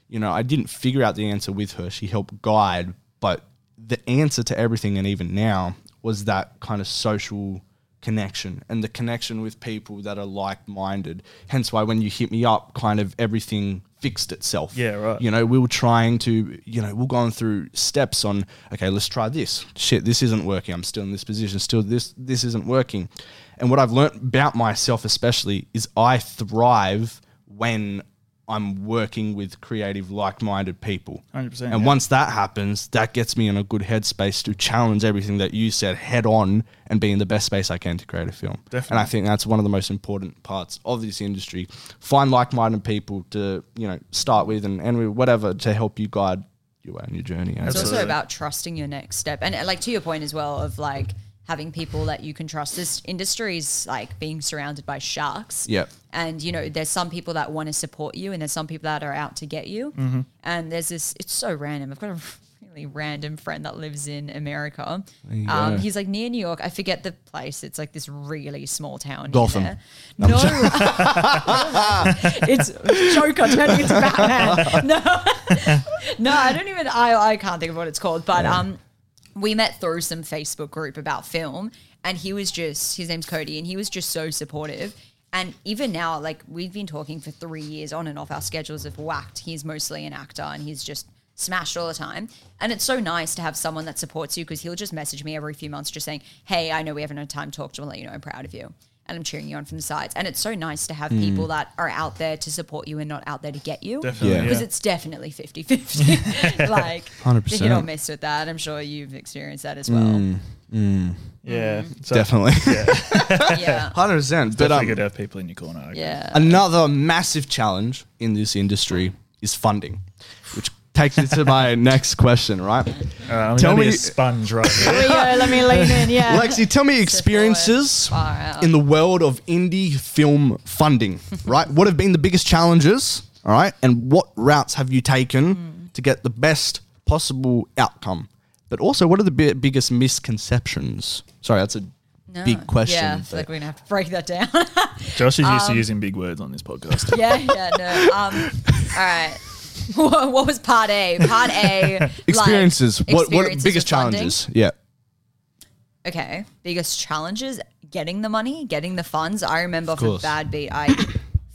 you know, I didn't figure out the answer with her. She helped guide, but the answer to everything, and even now, was that kind of social connection and the connection with people that are like minded. Hence why when you hit me up, kind of everything fixed itself.
Yeah, right.
You know, we were trying to, you know, we are going through steps on, okay, let's try this. Shit, this isn't working. I'm still in this position. Still, this this isn't working. And what I've learnt about myself, especially, is I thrive when I'm working with creative, like-minded people.
100%,
And
yeah.
once that happens, that gets me in a good headspace to challenge everything that you said head on and be in the best space I can to create a film. And I think that's one of the most important parts of this industry. Find like-minded people to you know start with and and with whatever to help you guide your way on your journey. I
It's
guess.
also
Absolutely.
about trusting your next step. And uh, like to your point as well of like having people that you can trust. This industry is like being surrounded by sharks.
Yep.
And you know, there's some people that want to support you and there's some people that are out to get you. And there's this it's so random. I've got a really random friend that lives in America. Um, he's like near New York. I forget the place. It's like this really small town. near
Gotham.
there. No. it's Joker turning into Batman. No. No, I don't even. I I can't think of what it's called. But um, we met through some Facebook group about film, and he was just his name's Cody, and he was just so supportive. And even now, like we've been talking for three years on and off, our schedules have whacked. He's mostly an actor, and he's just smashed all the time. And it's so nice to have someone that supports you because he'll just message me every few months, just saying, "Hey, I know we haven't had time to talk to, let you know I'm proud of you." And I'm cheering you on from the sides. And it's so nice to
Hmm.
have people that are out there to support you and not out there to get you
Definitely.
Yeah.
Yeah.
because it's definitely 50 50 like
100%.
hit or miss with that i'm sure you've experienced that as well
Mm.
yeah. So
Definitely,
yeah
hundred percent. But
Definitely
um,
good to have people in your corner. I agree.
yeah
Another massive challenge in this industry is funding, which takes me to my next question, right?
All right, Uh, I'm
Tell
Tell me
me-
a sponge right now.
Here we go, let me lean in yeah
Lexi, tell me experiences
Far out.
in the world of indie film funding, right? What have been the biggest challenges, all right? And what routes have you taken
Hmm.
to get the best possible outcome? But also, what are the bi- biggest misconceptions? Sorry, that's a
No.
big question.
yeah i feel
but-
like we're gonna have to break that down
Josh is used
Um,
to using big words on this podcast.
yeah yeah no um all right Wha- what was part a part a like,
experiences. what, what are
experiences
biggest
with funding?
challenges? Yeah.
okay biggest challenges getting the money getting the funds i remember for
course.
bad beat i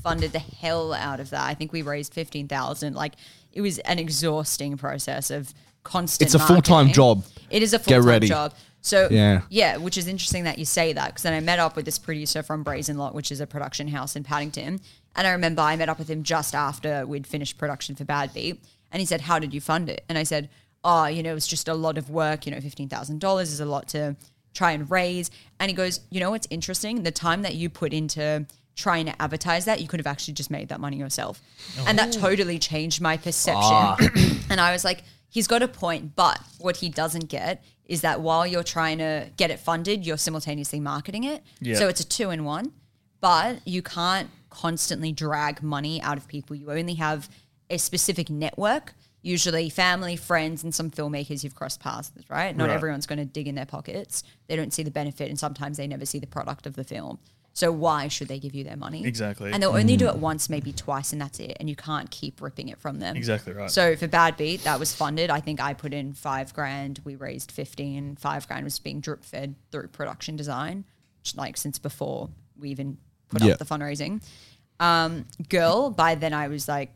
funded the hell out of that i think we raised 15000 like it was an exhausting process of constant
It's a full-time
marketing.
job.
it is a full-time
ready.
job so
Yeah.
yeah, which is interesting that you say that because then I met up with this producer from Brazen Lot, which is a production house in Paddington. And I remember I met up with him just after we'd finished production for Bad Beat. And he said, How did you fund it? And I said, Oh, you know, it's just a lot of work. You know, $15,000 is a lot to try and raise. And he goes, You know what's interesting? The time that you put into trying to advertise that, you could have actually just made that money yourself. And that totally changed my perception. and I was like, he's got a point, but what he doesn't get is that while you're trying to get it funded, you're simultaneously marketing it.
Yeah.
So it's a two in one, but you can't constantly drag money out of people. You only have a specific network, usually family, friends, and some filmmakers you've crossed paths with, right? Not
Right.
everyone's going to dig in their pockets. They don't see the benefit, and sometimes they never see the product of the film. So why should they give you their money?
Exactly. Mm.
And they'll only do it once, maybe twice, and that's it. And you can't keep ripping it from them.
Exactly right.
So for Bad Beat, that was funded. I think I put in five grand. We raised 15. Five grand was being drip fed through production design, which, like since before we even put
Yeah.
up the fundraising. Um, girl, by then I was like,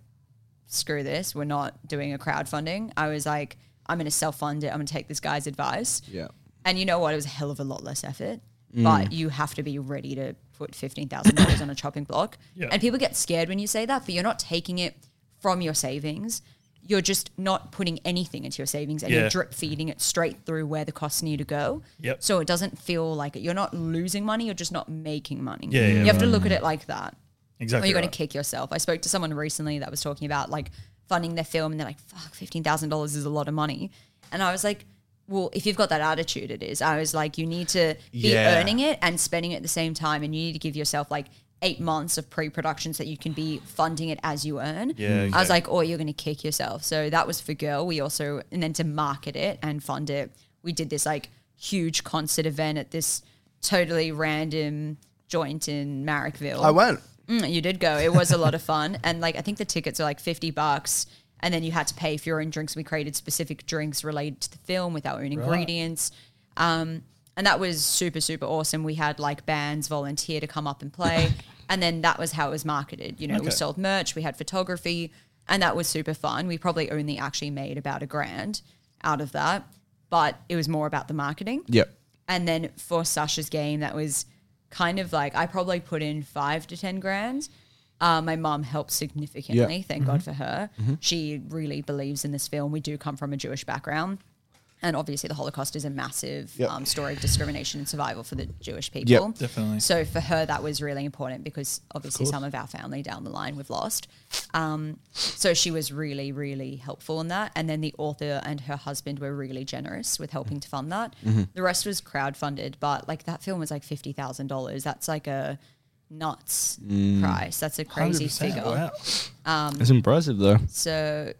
screw this. We're not doing a crowdfunding. I was like, I'm going to self fund it. I'm going to take this guy's advice.
Yeah.
And you know what? It was a hell of a lot less effort, but you have to be ready to put fifteen thousand dollars on a chopping block.
Yeah.
And people get scared when you say that, but you're not taking it from your savings. you're just not putting anything into your savings and
Yeah.
you're drip feeding it straight through where the costs need to go.
Yep.
So it doesn't feel like it. You're not losing money, you're just not making money.
Yeah, yeah,
you have to
right.
look at it like that. Or
Exactly.
you're going
right.
to kick yourself. I spoke to someone recently that was talking about like funding their film and they're like, fuck, $15,000 is a lot of money. And I was like, well, if you've got that attitude, it is. I was like, you need to be
Yeah.
earning it and spending it at the same time. And you need to give yourself like eight months of pre production so that you can be funding it as you earn.
Yeah,
I was
exactly.
like, oh, you're going to kick yourself. So that was for Girl. We also, and then to market it and fund it, we did this like huge concert event at this totally random joint in Marrickville.
I went.
Mm, you did go. It was a lot of fun, and like I think the tickets are like fifty bucks, and then you had to pay for your own drinks. We created specific drinks related to the film with our own ingredients, um, and that was super super awesome. We had like bands volunteer to come up and play, and then that was how it was marketed. You know,
Okay.
we sold merch, we had photography, and that was super fun. We probably only actually made about a grand out of that, but it was more about the marketing.
Yep.
And then for Sasha's game, that was kind of like I probably put in five to ten grand. Uh, my mom helped significantly. Thank God for her. She really believes in this film. We do come from a Jewish background. And obviously, the Holocaust is a massive
Yep.
um, story of discrimination and survival for the Jewish people.
Definitely.
So for her, that was really important because obviously some of our family down the line we've lost. Um, so she was really, really helpful in that. And then the author and her husband were really generous with helping to fund that. The rest was crowdfunded, but like that film was like fifty thousand dollars. That's like a nuts price. That's a crazy
100%,
figure.
Wow.
Um, It's impressive though.
So,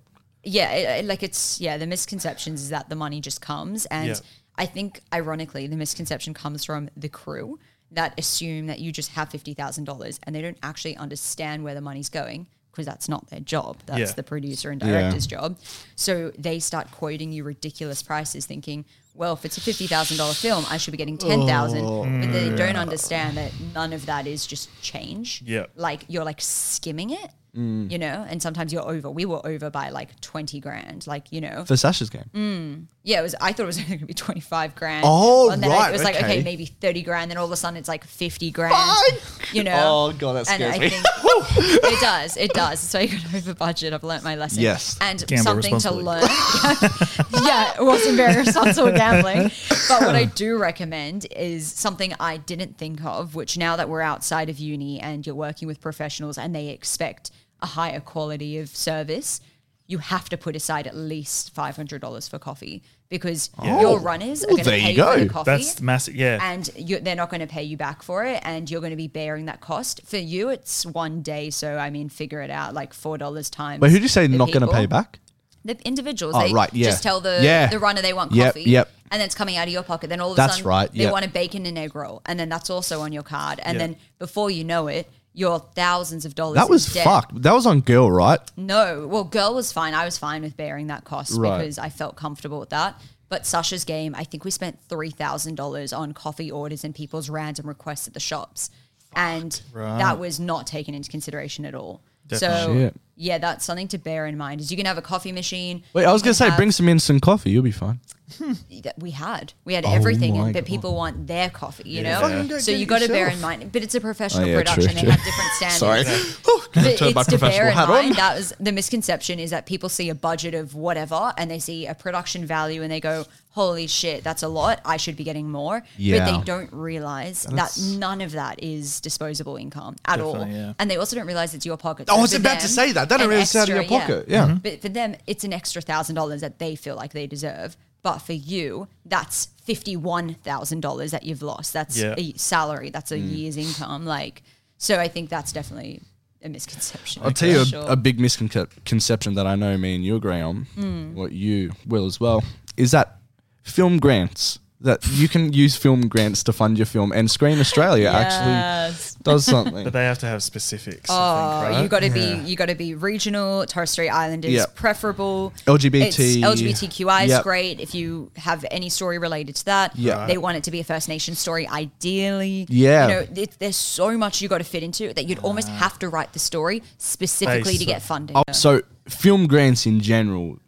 yeah, it, it- like it's yeah, the misconceptions is that the money just comes, and
Yeah.
I think ironically, the misconception comes from the crew that assume that you just have fifty thousand dollars, and they don't actually understand where the money's going because that's not their job. That's
Yeah.
the producer and
Yeah.
director's job. So they start quoting you ridiculous prices, thinking. Well, if it's a fifty thousand dollar film, I should be getting ten thousand. but they
Oh.
don't understand that none of that is just change
Mm. Yeah.
like you're like skimming it,
Mm.
you know, and sometimes you're over. We were over by like 20 grand, like, you know,
For Sasha's game.
yeah, it was, I thought it was only gonna be 25 grand.
Oh,
and then I-
right,
it was like, okay,
okay.
maybe 30 grand. Then all of a sudden it's like 50 grand, you know?
Oh, God, that
And
scares
I
me.
think- it does, it does. So you got over budget. I've learnt my lesson.
Yes.
And
Gamble
something to
responsibly.
learn. yeah, it wasn't very responsible gambling. But what I do recommend is something I didn't think of, which now that we're outside of uni and you're working with professionals and they expect a higher quality of service, you have to put aside at least five hundred dollars for coffee because your runners are
Well,
going
Oh.
to
there you
pay
go.
for the coffee.
That's massive. Yeah.
and you, they're not going to pay you back for it, and you're going to be bearing that cost. For you, it's one day, so I mean, figure it out, like four dollars times.
But who do you say
the
not going to
people.
pay back?
The individuals,
Oh,
they
right, yeah.
just tell the
Yeah.
the runner they want
Yep,
coffee,
yep.
and then it's coming out of your pocket. Then all of a
That's
sudden,
right,
they
yep.
want a bacon and egg roll, and then that's also on your card. And
Yeah.
then before you know it, you're thousands of dollars.
That was
dead.
fucked. That was on girl, right?
No, well, girl was fine. I was fine with bearing that cost
Right.
because I felt comfortable with that. But Sasha's game, I think we spent three thousand dollars on coffee orders and people's random requests at the shops, and that was not taken into consideration at all. So
Shit.
yeah, that's something to bear in mind. Is you can have a coffee machine.
Wait, I was going to say,
have-
bring some instant coffee. You'll be fine.
that we had. We had everything,
Oh my
and, but
God.
people want their coffee, you know.
Fucking
don't
So
get
you
it
got to bear
yourself.
in mind. But it's a professional
Oh, yeah, true,
production;
true.
they have different standards.
Sorry.
But
Turn my
it's to bear
professional
in
hat
mind
on.
that was the misconception is that people see a budget of whatever and they see a production value and they go, "Holy shit, that's a lot! I should be getting more." But
Yeah.
they don't realize
That's-
that none of that is disposable income at all,
Definitely, yeah.
and they also don't realize it's your pocket.
Oh, I
So
was
for
about to
them,
say that. They don't
an
realize it's out of your
extra-
pocket. Yeah. Mhm.
But for them, it's an extra thousand dollars that they feel like they deserve. But for you, that's fifty-one thousand dollars that you've lost. That's
Yeah.
a salary. That's a
Mm.
year's income. Like, so I think that's definitely a misconception.
I'll tell you a,
for sure.
a big misconception that I know me and you agree on,
Hmm.
what you will as well, is that film grants, that you can use film grants to fund your film. And Screen Australia actually
Yes.
does something.
but they have to have specifics.
Oh,
I think, right?
you got to be you got to be regional. Torres Strait Islanders
Yeah.
preferable.
LGBT.
It's LGBTQI is
Yep.
great. If you have any story related to that,
Yeah.
they want it to be a First Nation story, ideally.
Yeah. Ah.
you know, it, there's so much you got to fit into it that you'd almost have to write the story specifically
Based
to
on-
get funding.
Oh, so film grants in general,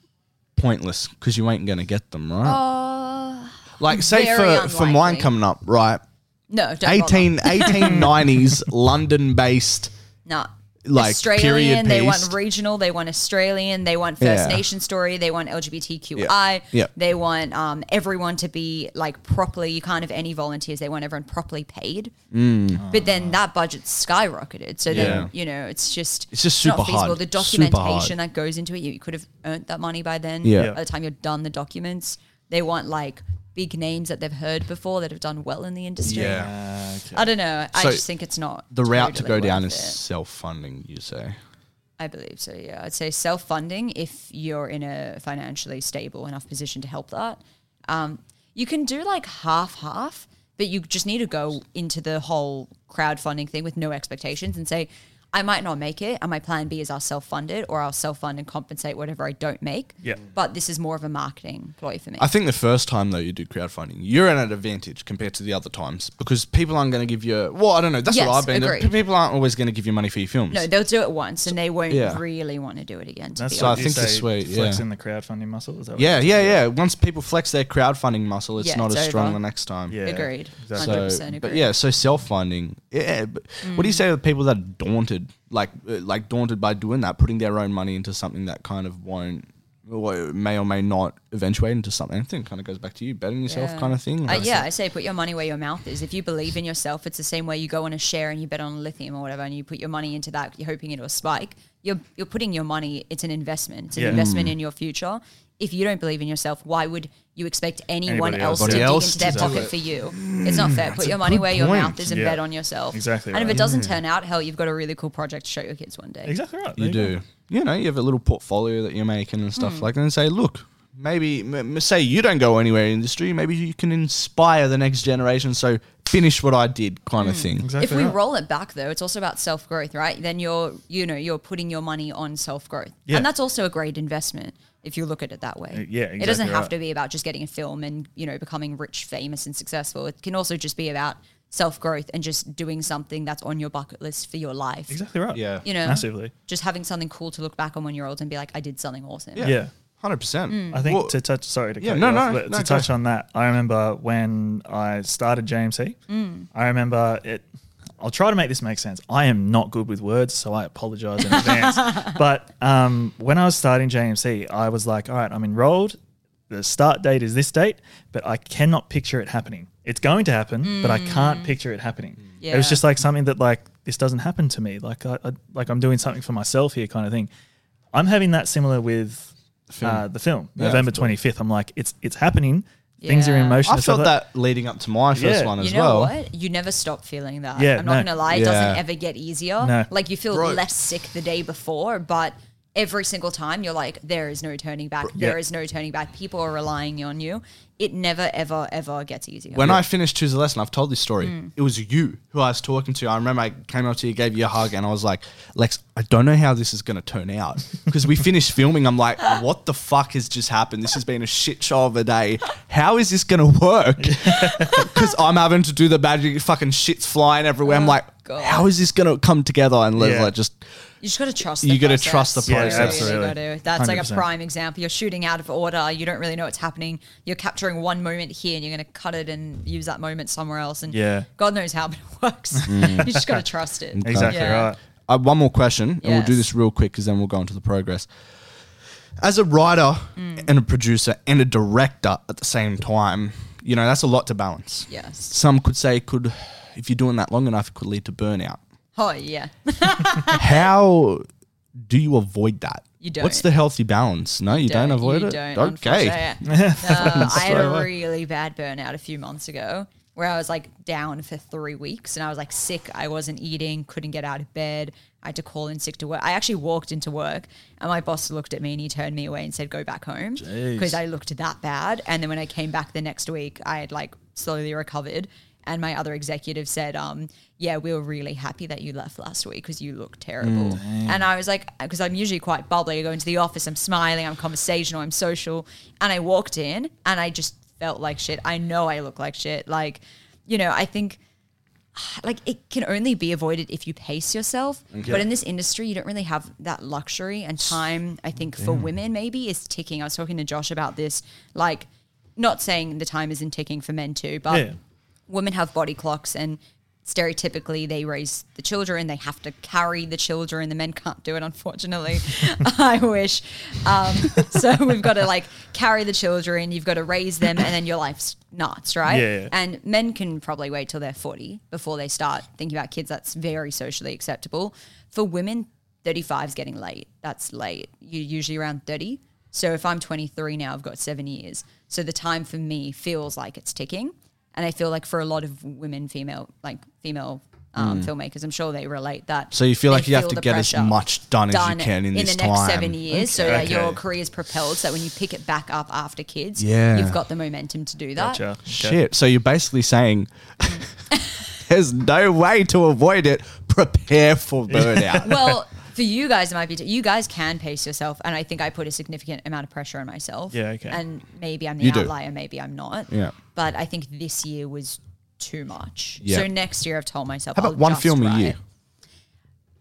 pointless because you ain't going to get them, right? like, say
Oh, very
for, for mine
unlikely.
coming up, right?
no, don't bother.
18, 1890s London based
No,
like
Australian,
period
they
piece.
want regional, they want Australian, they want First
Yeah.
Nation story, they want LGBTQI,
Yeah. Yeah.
they want um, everyone to be like properly. You can't have any volunteers. They want everyone properly paid. But then that budget skyrocketed. So
Mm. Yeah.
then you know it's just
It's just
not
super hard.
feasible. The
Super hard.
documentation that goes into it, you, you could have earned that money by then.
Yeah. Yeah.
By the time you're done the documents, they want like big names that they've heard before that have done well in the industry.
Yeah.
I don't know. I
So
just think it's not
the route to go
totally
down
worth
is
it.
self funding. You say.
I believe so. Yeah, I'd say self funding if you're in a financially stable enough position to help that. Um, you can do like half half, but you just need to go into the whole crowdfunding thing with no expectations and say, I might not make it, and my plan B is I'll self fund it, or I'll self fund and compensate whatever I don't make.
Yeah.
But this is more of a marketing ploy for me.
I think the first time though you do crowdfunding, you're at an advantage compared to the other times because people aren't going to give you. Well, I don't know. That's
Yes,
what I've been.
agreed.
People aren't always going to give you money for your films.
no, they'll do it once, and they won't
Yeah.
really want to do it again. To
That's
be
what
I
honest.
you
think
say,
the sweet, yeah.
flexing the crowdfunding muscle. Is that what
yeah,
it
yeah, yeah. Once people flex their crowdfunding muscle, it's
Yeah,
not
it's
as strong
over.
the next time.
Yeah.
agreed.
exactly.
So,
100% agree. Mm.
but yeah, so self-funding. Yeah, but what do you say to the people that are daunted, like uh, like daunted by doing that, putting their own money into something that kind of won't, or may or may not eventuate into something? I think kind of goes back to you betting yourself,
Yeah.
kind of thing.
Uh,
Like,
yeah, I say put your money where your mouth is. If you believe in yourself, it's the same way you go on a share and you bet on lithium or whatever, and you put your money into that, you're hoping it'll spike. You're you're putting your money. It's an investment. It's an
Yeah.
investment
Mm.
in your future. If you don't believe in yourself, why would you expect anyone
Anybody
else
else
to
to.
dig
Else
into
to
their
do
pocket
it.
for you? It's not fair. Put your money
Mm, good
where your
point. Mm.
mouth is and
Yeah.
bet on yourself.
Exactly
And if
right.
it doesn't turn out, hell, you've got a really cool project to show your kids one day.
Exactly right.
you
There
do.
go.
You know, you have a little portfolio that you're making and stuff like that, and say, look, maybe m- m- say you don't go anywhere in industry, maybe you can inspire the next generation. So finish what I did, kind of thing.
Exactly
if we
right.
roll it back though, it's also about self growth, right? Then you're you know you're putting your money on self growth,
Yeah. Uh,
and that's also a great investment if you look at it that way.
yeah,
it doesn't
exactly
have
right.
to be about just getting a film and you know becoming rich, famous, and successful. It can also just be about self growth and just doing something that's on your bucket list for your life.
Exactly right.
Yeah.
You know,
Massively.
just having something cool to look back on when you're old and be like, I did something awesome.
Yeah.
Yeah.
Hundred percent.
I think to touch. Sorry to
Yeah,
cut
no,
you
no,
off, but
no,
to
go.
touch on that, I remember when I started JMC. I remember it. I'll try to make this make sense. I am not good with words, so I apologize in advance. But um, when I was starting JMC, I was like, all right, I'm enrolled. The start date is this date, but I cannot picture it happening. It's going to happen, but I can't picture it happening. It was
Yeah.
just like something that like this doesn't happen to me. Like I, I like I'm doing something for myself here, kind of thing. I'm having that similar with uh, the film,
Yeah.
November 25th. I'm like, it's it's happening. Things are in
Yeah.
motion.
I
and stuff
felt
like
that leading up to my first
Yeah.
one
You
as
You know
well.
what? You never stop feeling that.
Yeah,
I'm
no.
not gonna lie, it
Yeah.
doesn't ever get easier.
No.
Like you feel
Bro.
less sick the day before, but every single time you're like, there is no turning back.
Yeah.
There is no turning back. People are relying on you. It never, ever, ever gets easier.
When I finished Choose a Lesson, I've told this story. It was you who I was talking to. I remember I came up to you, gave you a hug, and I was like, Lex, I don't know how this is going to turn out. Because we finished filming. I'm like, what the fuck has just happened? This has been a shit show of a day. How is this going to work? Because I'm having to do the magic, fucking shit's flying everywhere. I'm like,
God.
how is this going to come together? And Leslie
Yeah.
just,
you just gotta trust.
You
the
gotta
process.
trust the
You
process.
Yeah,
really
absolutely.
gotta. That's like a
100%.
prime example. You're shooting out of order. You don't really know what's happening. You're capturing one moment here, and you're gonna cut it and use that moment somewhere else. And
Yeah.
God knows how, but it works.
Mm.
you just gotta trust it.
that. Exactly
Yeah.
right.
uh, one more question, and we'll do
Yes.
this real quick because then we'll go into the progress. As a writer
Mm.
and a producer and a director at the same time, you know, that's a lot to balance.
Yes.
Some could say it could, if you're doing that long enough, it could lead to burnout.
Oh yeah.
How do you avoid that?
You
What's the
don't.
healthy balance? No, you don't, avoid
you
it.
Don't,
okay.
unfortunately. No, I had
Sorry.
a really bad burnout a few months ago where I was like down for three weeks and I was like sick. I wasn't eating, couldn't get out of bed. I had to call in sick to work. I actually walked into work and my boss looked at me and he turned me away and said, Go back home because I looked that bad. And then when I came back the next week, I had like slowly recovered. And my other executive said, um, Yeah, we were really happy that you left last week because you looked terrible. and I was like, Because I'm usually quite bubbly. I go into the office, I'm smiling, I'm conversational, I'm social. And I walked in and I just felt like shit. I know I look like shit. Like, you know, I think like it can only be avoided if you pace yourself. But in this industry, you don't really have that luxury and time. I think for women, maybe is ticking. I was talking to Josh about this. Like, not saying the time isn't ticking for men too, but
Yeah.
women have body clocks and stereotypically they raise the children, they have to carry the children. The men can't do it, unfortunately. I wish. Um, so we've got to like carry the children, you've got to raise them, and then your life's nuts, right?
Yeah, yeah.
And men can probably wait till they're 40 before they start thinking about kids. That's very socially acceptable. For women, 35 is getting late. That's late. You're usually around 30. So if I'm 23 now, I've got seven years. So the time for me feels like it's ticking. And I feel like for a lot of women, female, like female um, filmmakers, I'm sure they relate that.
Mm. So you feel
they
like you have to
the
get as
pressure
much done as you can in this
the next
time.
seven years so that
Okay.
your career is propelled. So that when you pick it back up after kids,
Yeah.
you've got the momentum to do that.
Gotcha.
Shit. So you're basically saying
Mm.
there's no way to avoid it. Prepare for burnout.
well, for you guys, it might be. T- you guys can pace yourself, and I think I put a significant amount of pressure on myself.
Yeah, okay.
And maybe I'm the
You do.
outlier, maybe I'm not.
Yeah.
But I think this year was too much.
Yeah.
So next year, I've told myself.
How about
I'll
one
just
film a
write.
year?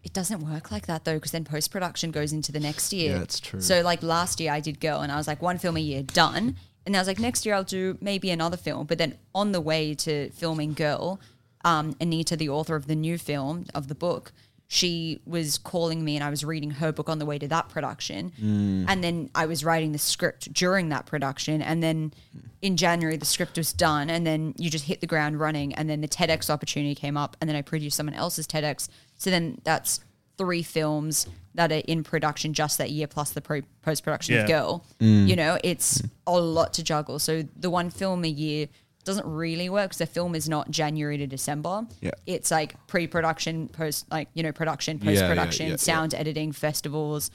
It doesn't work like that though, because then post production goes into the next year.
Yeah, that's true.
So like last year, I did Girl, and I was like one film a year done, and I was like next year I'll do maybe another film. But then on the way to filming Girl, um, Anita, the author of the new film of the book, she was calling me, and I was reading her book on the way to that production, and then I was writing the script during that production, and then in January the script was done, and then you just hit the ground running, and then the TEDx opportunity came up, and then I produced someone else's TEDx. So then that's three films that are in production just that year plus the pre- post-production of
Yeah.
girl
Mm.
you know it's a lot to juggle so the one film a year doesn't really work because the film is not january to december
Yeah.
it's like pre-production post like you know production
yeah,
post-production
yeah, yeah.
sound editing festivals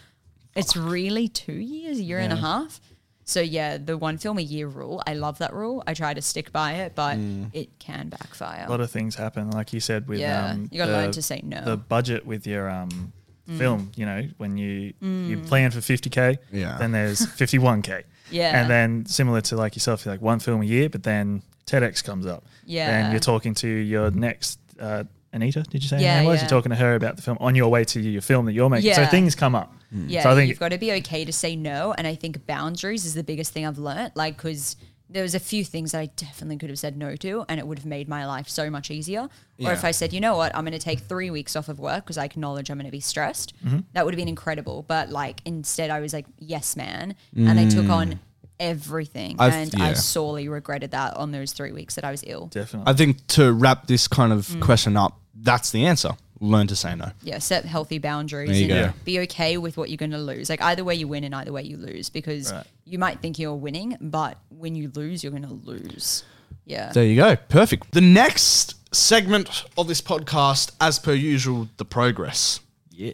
it's really two years a year and a half so yeah the one film a year rule i love that rule i try to stick by it but
Mm.
it can backfire
A lot of things happen, like you said. With
Yeah,
um,
you gotta
the-
learn to say no. Mm.
The budget with your um, film, you know, when you you plan for fifty k,
Yeah.
then there's fifty one k,
Yeah.
and then similar to like yourself, you're like one film a year, but then TEDx comes up,
Yeah.
and you're talking to your next. Uh, Anita, did you say her
Yeah,
name was?
yeah.
You're talking to her about the film on your way to your film that you're making. So
Yeah.
things come up.
Yeah,
Mm. So I think
you've got to be okay to say no. And I think boundaries is the biggest thing I've learnt. Like, because there was a few things that I definitely could have said no to, and it would have made my life so much easier. Or if
Yeah.
I said, you know what, I'm going to take three weeks off of work because I acknowledge I'm going to be stressed. That would have been incredible. But like, instead, I was like, yes, man, and I took on everything,
I've-
and
yeah.
I sorely regretted that on those three weeks that I was ill.
definitely.
I think to wrap this kind of question up, that's the answer. Learn to say no.
yeah, set healthy boundaries
There you
and
go.
Yeah.
be okay with what you're going to lose. Like either way you win and either way you lose because
Right.
you might think you're winning, but when you lose, you're going to lose. Yeah.
There you go. Perfect. The next segment of this podcast, as per usual, the progress.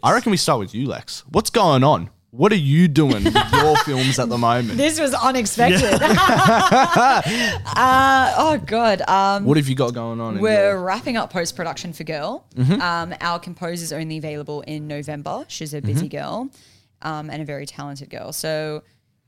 I reckon we start with you, Lex. What's going on? What are you doing with your films at the moment?
this was unexpected. uh, oh God. Um,
What have you got going on? Mm-hmm. in
We're
your-
wrapping up post production for Girl. Um, our composer's only available in November. She's a
Mm-hmm.
busy girl um, and a very talented girl. So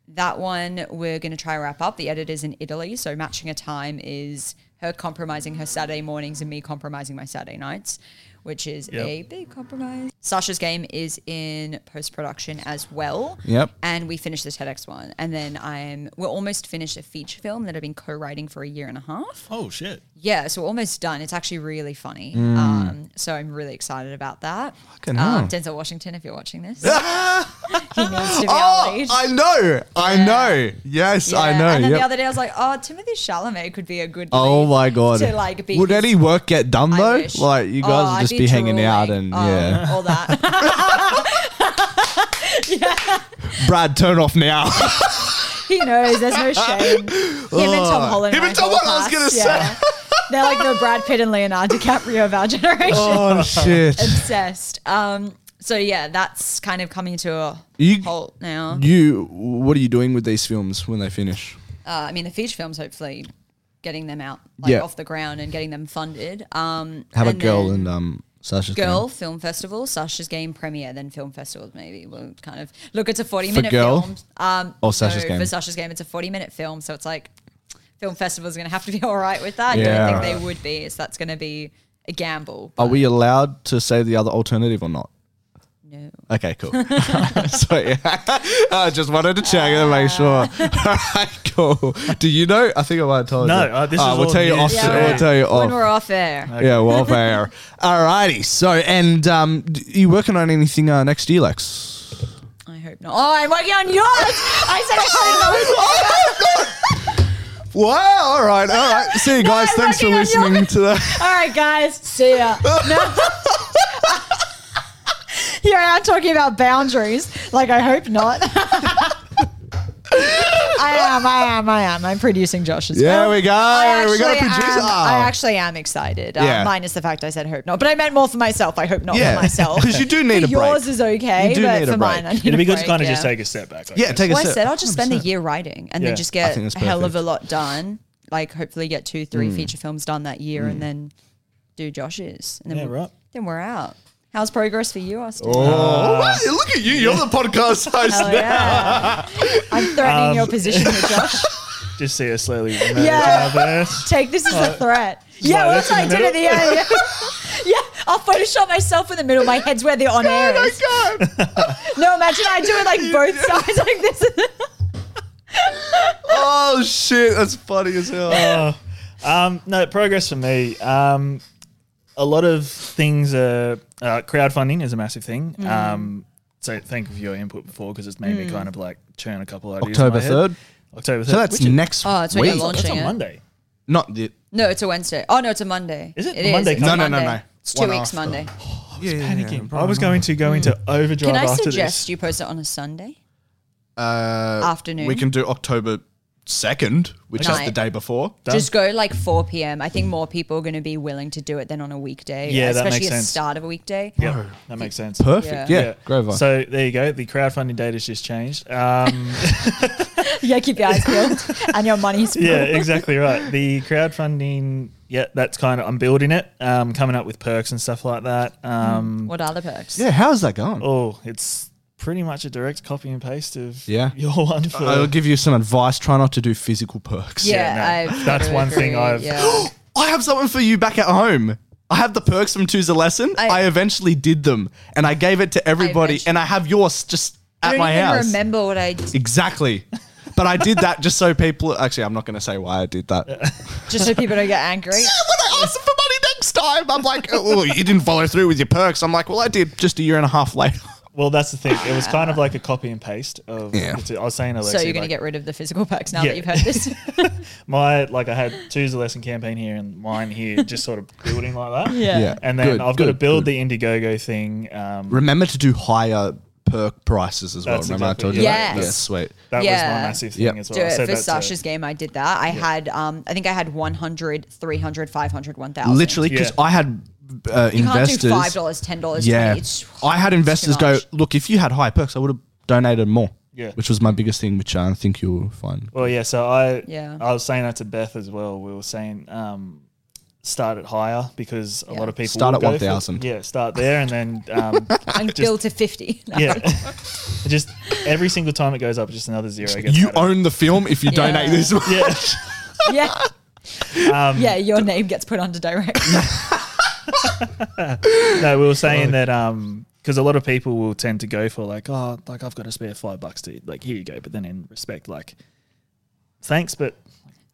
that one we're going to try wrap up. The editor's in Italy. So matching a time is her compromising her Saturday mornings and me compromising my Saturday nights, which is
Yep.
a big compromise. Sasha's game is in post production as well
Yep.
and we finished the TEDx one. And then I'm we're almost finished a feature film that I've been co-writing for a year and a half.
oh shit!
Yeah, so we're almost done. It's actually really funny. Um, so I'm really excited about that.
Mm. Fucking
um,
hell.
Denzel Washington, if you're watching this, he needs to be our
Oh,
lead.
I know. I know. Yes, I
Yeah,
know.
And then
yep.
the other day, I was like, "Oh, Timothy Chalamet could be a good."
Oh
lead
my god!
To like be
Would
his-
any work get done
I
though?
wish.
Like you
Oh,
guys would
I'd
just be,
be
hanging out
drooling.
and
Oh,
yeah.
all that.
Brad, turn off now.
he knows. There's no shame. Him and Tom Holland.
Him
are
and
my
Tom
whole
Holland, I was
class.
gonna
Yeah. They're like the Brad Pitt and Leonardo DiCaprio of our generation.
oh shit!
obsessed. Um, so yeah, that's kind of coming to a
You-
halt now.
You, what are you doing with these films when they finish?
Uh, I mean, the feature films, hopefully, getting them out like
Yeah.
off the ground and getting them funded. Um,
Have a
and
girl
then
and um Sasha's
girl film festival, Sasha's game premiere, then film festivals. Maybe we'll kind of look. It's a forty-minute
Girl?
film. Um,
Or Sasha's
no,
Game?
for Sasha's game, it's a forty-minute film, so it's like film festivals are going to have to be all right with that. I
Yeah. Oh.
don't think they would be. So that's going to be a gamble.
Are we allowed to say the other alternative or not?
No. Ah.
Okay, cool. so yeah, I just wanted to check and make sure. All right, cool. Do you know? I think I might have told
No,
you.
uh, this
Ah,
is
we'll
all
tell you
new.
off.
Yeah.
We'll tell you oh.
when we're
off.
off air.
Yeah, well, fair. Alrighty. So, and um, d- you working on anything uh, next year, Lex?
I hope not. Oh, I'm working on yours. I said I
Wow. All right. All right. See you guys.
I'm
Thanks for
working
listening
on yours.
to that.
couldn't. All right, guys. See ya. No. Here I am talking about boundaries. Like, I hope not. I am. I am. I am. I'm producing Josh's.
Yeah, we go. We got a producer.
I actually am excited. Uh,
Yeah.
Minus the fact I said hope not, but I meant more for myself. I hope not
Yeah,
for Oh, myself.
'cause you do need
For
a break.
Yours is okay,
You do
but
need a
for mine,
break.
I need
It'd be
a
good to
break,
kind of just
yeah.
take a step back. I
Yeah,
guess.
take a
Well, I
sip.
said I'll just spend a year writing and
Yeah.
then just
I
get
think that's
a hell of a
perfect.
lot done. Like hopefully get two, three feature films done that year and then do Josh's. And then,
Yeah,
we're,
right.
then we're out. How's progress for you, Austin?
Oh, wow, look at you. You're the podcast host
Hell
now.
yeah. I'm threatening your position here, Josh.
Just see us slowly.
Yeah.
Yeah.
Take this as a threat. Yeah,
like
that's
this
what I
in
did
the
at the end. Yeah. Yeah, I'll Photoshop myself in the middle. My head's where the on air is.
Oh, my God.
No, imagine I do it like both sides like this.
Oh, shit. That's funny as hell.
Um, no progress for me. Um, a lot of things are uh, crowdfunding is a massive thing.
Mm.
Um, so thank you for your input before because it's made me kind of like churn a couple ideas. in my
October
head.
3rd?
October third.
So that's
which is-
next
Oh, it's when
week.
you're launching
that's on
it.
Monday.
Not the.
No, it's a Wednesday. Oh no, it's a Monday.
Is it? Monday
It's
comes-
a
No, no, no,
Monday.
no.
It's two
One
weeks
after.
Monday.
Yeah, yeah, yeah,
Panicking. I
probably
was
not.
going to go into overdrive
Mm. Can I
after
suggest
this.
you post it on a Sunday
Uh,
afternoon?
We can do October 2nd, which is
Night.
the day before.
Done.
just go like 4 p.m. I think more people are going to be willing to do it than on a weekday,
Yeah, that
especially
makes
at the
sense.
start of a weekday.
Yeah, that makes sense.
Perfect. Yeah.
Yeah.
Great vibe.
So there you go. The crowdfunding data's just changed. Um,
Yeah, keep your eyes peeled and your money's peeled.
yeah, exactly right. The crowdfunding, yeah, that's kind of I'm building it. Um, coming up with perks and stuff like that. Um,
What are the perks?
yeah, how's that going?
oh, it's pretty much a direct copy and paste of
Yeah.
your one for.
I'll give you some advice. Try not to do physical perks.
Yeah,
Yeah, no.
I've
That's
gotta
one thing
agree,
I've-
yeah.
I have something for you back at home. I have the perks from Tuesday lesson. I,
I-
eventually did them, and I gave it to everybody,
eventually-
and I have yours just
I
at
don't
my
even
house.
remember what I d-
Exactly. But I did that just so people. Actually, I'm not going to say why I did that. when
just so people don't get angry.
I ask them for money next time, I'm like, "Oh, you didn't follow through with your perks." I'm like, "Well, I did just a year and a half later."
well, that's the thing. It was kind of like a copy and paste of.
Yeah.
it's- I was saying, Alexi,
So you're going to
like,
get rid of the physical perks now
Yeah.
that you've heard this.
my like I had choose a lesson campaign here and mine here, just sort of building like that.
Yeah.
Yeah.
And then
Good,
I've got to
good,
build
good.
the Indiegogo thing. Um,
Remember to do higher perk prices as well.
That's
Remember I
exactly-
told you that?
Yes.
Yeah, sweet.
that was
Yeah.
my massive thing
Yep.
as well.
Do
I
it
said
for
that to-
Sasha's game. I did that. I had, um, I think I had 100, 300, 500, 1,000.
Literally, because
Yeah.
I had uh,
you can't
investors.
do five dollars, ten dollars.
Yeah.
it's,
I had investors
too
go,
much.
look, if you had high perks, I would have donated more.
Yeah.
Which was my biggest thing, which I think you'll find.
Well, yeah. So I
Yeah.
I was saying that to Beth as well. We were saying um, start at higher because a
Yeah.
lot of people
Start
will
at
go for-
1,000.
Yeah, start there and then um,
and build to fifty. No.
yeah, just every single time it goes up, just another zero. Gets
You
added.
own the film if you donate
Yeah.
this much.
Yeah.
yeah. yeah, your name gets put under direct.
No, we were saying that um because a lot of people will tend to go for like oh like I've got a spare five bucks to like here you go, but then in respect like thanks, but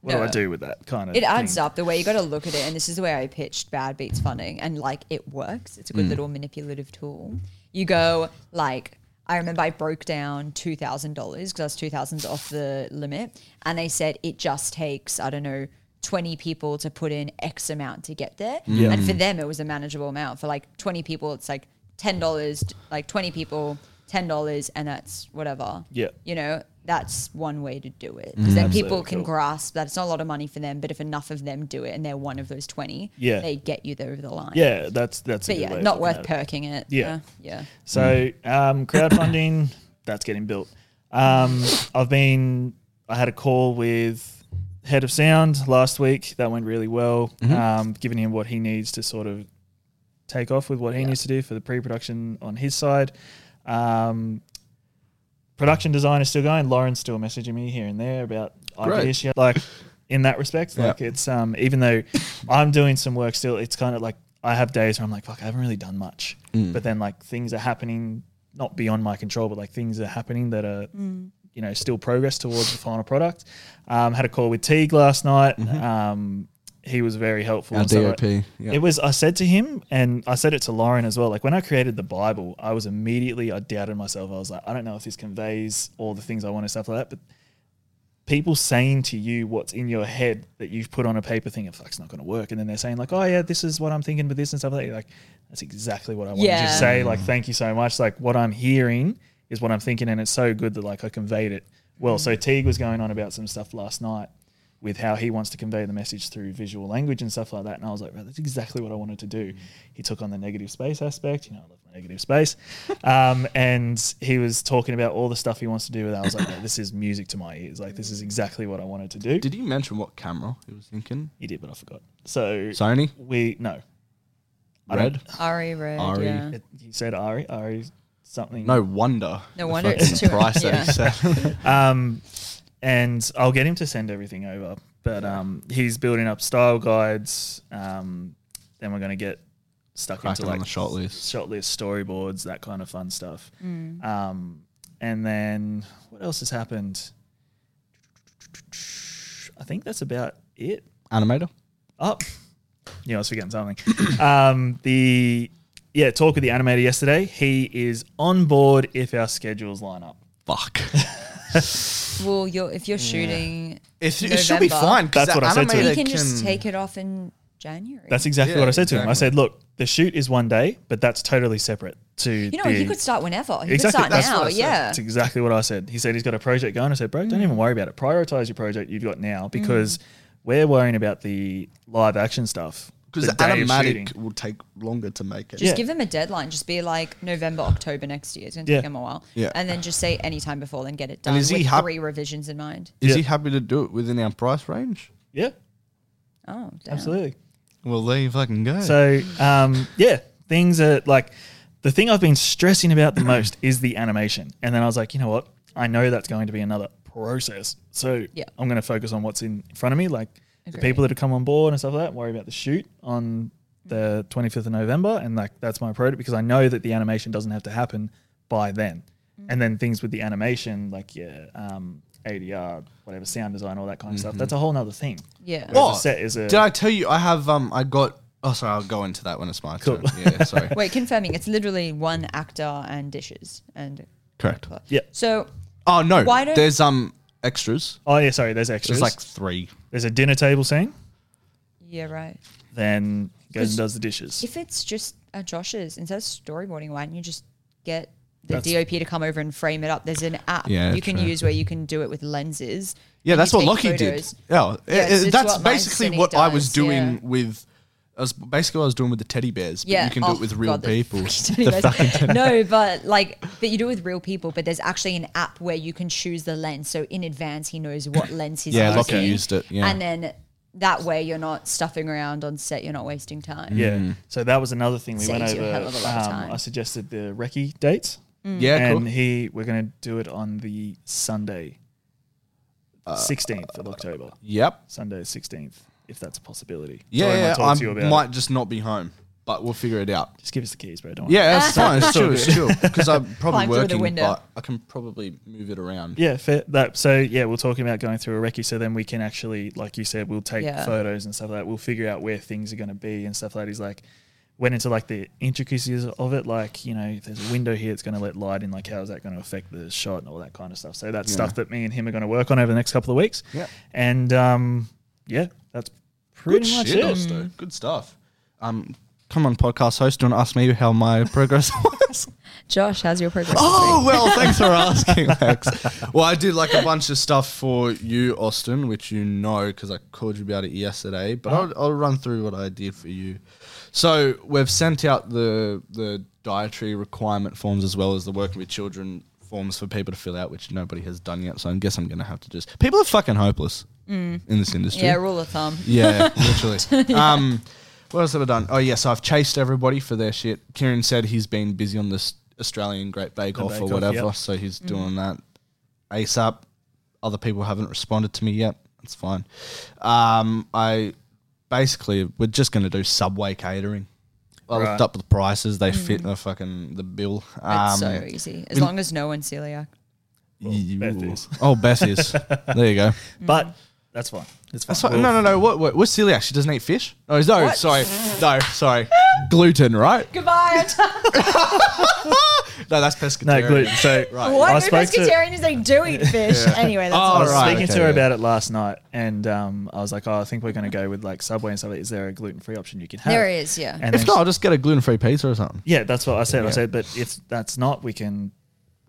what do I
No.
do with that kind of?
It adds
thing?
up the way you got to look at it, and this is the way I pitched Bad Beats funding, and like it works. It's a
Mm.
good little manipulative tool. You go like I remember I broke down two thousand dollars because I was two thousand off the limit, and they said it just takes I don't know. 20 people to put in X amount to get there. And
Mm.
for them, it was a manageable amount. For like 20 people, it's like $10, like 20 people, $10, and that's whatever.
Yeah. Mm,
You know, that's one way to do it. Because then people
Absolutely.
can grasp that it's not a lot of money for them, but if enough of them do it and they're one of those 20,
Yeah.
they get you there over the line.
Yeah, that's that's. a
But
good way
yeah,
of
not
looking at
worth
it.
perking it. Uh,
Yeah.
Yeah.
So um, crowdfunding, that's getting built. Um, I've been, I had a call with head of sound last week. That went really well, um, giving him what he needs to sort of take off with what he needs to do for the pre-production on his side. Um, production design is still going. Lauren's still messaging me here and there about
Great.
ideas. She, like in that respect,
Yeah.
like it's um, even though I'm doing some work still, it's kind of like I have days where I'm like, fuck, I haven't really done much.
Mm.
But then like things are happening, not beyond my control, but like things are happening that are you know still progress towards the final product. Um, had a call with Teague last night. Um, he was very helpful.
Mm-hmm. Our
and so
DOP,
I-
yeah.
It was. I said to him, and I said it to Lauren as well. Like when I created the Bible, I was immediately I doubted myself. I was like, I don't know if this conveys all the things I want and stuff like that, but people saying to you what's in your head that you've put on a paper thinking, fuck's not going to work. And then they're saying, like, oh, yeah, this is what I'm thinking, but this and stuff like that. You're like, that's exactly what I wanted you
Yeah.
to say. Like, thank you so much. Like, what I'm hearing is what I'm thinking. And it's so good that, like, I conveyed it well. So Teague was going on about some stuff last night with how he wants to convey the message through visual language and stuff like that. And I was like, right, that's exactly what I wanted to do. He took on the negative space aspect. You know, I love my negative space. Um, and he was talking about all the stuff he wants to do with that. I was like, no, this is music to my ears. Like, this is exactly what I wanted to do.
Did you mention what camera he was thinking?
he did, but I forgot. So,
Sony?
we, no. I don't-
Red?
Ari Red.
Ari.
Yeah.
It, he said Ari, Ari something.
No wonder. the
No wonder
fucking
it's too-
price that he said.
Um, and I'll get him to send everything over. But um, he's building up style guides. Um, then we're going to get stuck
Cracking
into
on
like
the shot list.
shot list, storyboards, that kind of fun stuff. Um, and then what else has happened? I think that's about it.
Animator.
Up. Yeah, I was forgetting something. um, the yeah talk with the animator yesterday. He is on board if our schedules line up.
Fuck.
Well, you're, if you're shooting,
If,
it should be November. fine,
'cause That's the what I said to
you
him.
can, just take it off in January.
That's exactly
Yeah,
what I said to him. I
exactly.
said, look, the shoot is one day, but that's totally separate to
you know,
the,
he could start whenever. He
Exactly,
could start
that's
now.
what I said.
Yeah. Mm.
That's exactly what I said. He said he's got a project going. I said, bro, don't even worry about it. Prioritize your project you've got now because we're worrying about the live action stuff.
Because the
the day of shooting.
animatic will take longer to make it.
Just
Yeah.
give him a deadline. Just be like November, October next year. It's going to
Yeah.
take him a while.
Yeah.
And then just say any time before, then get it done
is he
with
hap-
three revisions in mind.
Is
Yeah.
he happy to do it within our price range?
Yeah,
Oh, damn.
absolutely.
Well, there you fucking go.
So, um, yeah, things are like the thing I've been stressing about the most is the animation. And then I was like, you know what? I know that's going to be another process. So
Yeah.
I'm going to focus on what's in front of me, like the
Agreed.
people that have come on board and stuff like that. Worry about the shoot on the 25th of November. And like, that's my priority because I know that the animation doesn't have to happen by then.
Mm.
And then things with the animation, like, yeah, um, ADR, whatever, sound design, all that kind of stuff. That's a whole nother thing.
Yeah.
Whereas a set is a-
Did I tell you I have um I got oh sorry, I'll go into that when it's my
Cool.
turn. Yeah, sorry.
Wait, confirming. It's literally one actor and dishes. and
Correct.
Yeah.
So,
Oh no.
Why don't-
There's um extras.
Oh, yeah, sorry. There's extras.
There's like three.
there's a dinner table scene.
yeah, right.
then goes
Because
and does the dishes.
If it's just at Josh's, instead of storyboarding, why don't you just get the
That's-
DOP to come over and frame it up? There's an app
Yeah,
you can
true.
use where you can do it with lenses.
Yeah,
and you
that's what
take
Lockie
photos.
did. Yeah, it-
it's-
it-
it's
that's
what my
basically
cynic
what I was
does,
doing
yeah.
with. That's basically what I was doing with the teddy bears. But
Yeah,
you can do
Oh,
it with real
God, the
people.
fucking teddy bears. no, but like, but you do it with real people. But there's actually an app where you can choose the lens, so in advance he knows what lens he's
Yeah, Lockie
using.
used it, yeah.
and then that way you're not stuffing around on set. You're not wasting time.
yeah.
Mm.
So that was another thing we
Saves
went
you a
over.
hell of a lot of
um,
time.
I suggested the recce dates,
Mm.
Yeah,
and
cool.
he we're going to do it on the Sunday,
Uh,
sixteenth of October.
Yep.
Sunday sixteenth, if that's a possibility.
Yeah,
Sorry,
yeah,
talk
I
to you about
might
it.
just not be home, but we'll figure it out.
Just give us the keys, bro. Don't worry.
Yeah, that's fine. It's chill. It's chill. Because I'm probably
Climb through the
working,
window.
but I can probably move it around.
Yeah, fair. That so yeah, we're talking about going through a recce, so then we can actually, like you said, we'll take
Yeah.
photos and stuff like that. We'll figure out where things are going to be and stuff like that. He's like, went into like the intricacies of it, like you know, if there's a window here, it's going to let light in. Like, how is that going to affect the shot and all that kind of stuff? So that's stuff that me and him are going to work on over the next couple of weeks.
Yeah.
and um, yeah, that's pretty
Good
much
shit,
it.
Osto.
Mm.
Good stuff. Um, come on, podcast host, don't ask me how my progress was.
Josh, how's your progress?
Oh well, thanks for asking, Max. Well, I did like a bunch of stuff for you, Austin, which you know because I called you about it yesterday. But I'll, I'll run through what I did for you. So we've sent out the the dietary requirement forms as well as the working with children forms for people to fill out, which nobody has done yet. So I guess I'm gonna have to just. People are fucking hopeless in this industry.
Yeah, rule of thumb.
Yeah, literally. Um, what else have I done? Oh, yes, I've chased everybody for their shit. Kieran said he's been busy on this Australian Great Bake
The
Off
Bake
or
Off,
whatever,
yep.
so he's doing that ASAP. Other people haven't responded to me yet. That's fine. Um, I basically we're just going to do Subway catering. I
Right.
looked up the prices; they fit the fucking the bill. Um,
It's so easy. As long as no one's celiac.
You-
Beth is.
Oh, Beth is. there you go.
But that's fine. It's fine.
That's fine. no, no, no. What, what? What's celiac? She doesn't eat fish. Oh, no.
What?
Sorry. No, sorry. Gluten, right?
Goodbye.
No, that's pescatarian.
No, gluten. So
what?
I
No
spoke to-
pescatarian is they do eat fish. Anyway, that's
I
Oh,
was
awesome.
right.
speaking
okay,
to her
yeah.
about it last night, and um, I was like, "Oh, I think we're going to go with like Subway and stuff. Is there a gluten-free option you can have?"
There is, yeah.
And
If
then
not, I'll just get a gluten-free pizza or something.
Yeah, that's what I said. I said, but if that's not, we can.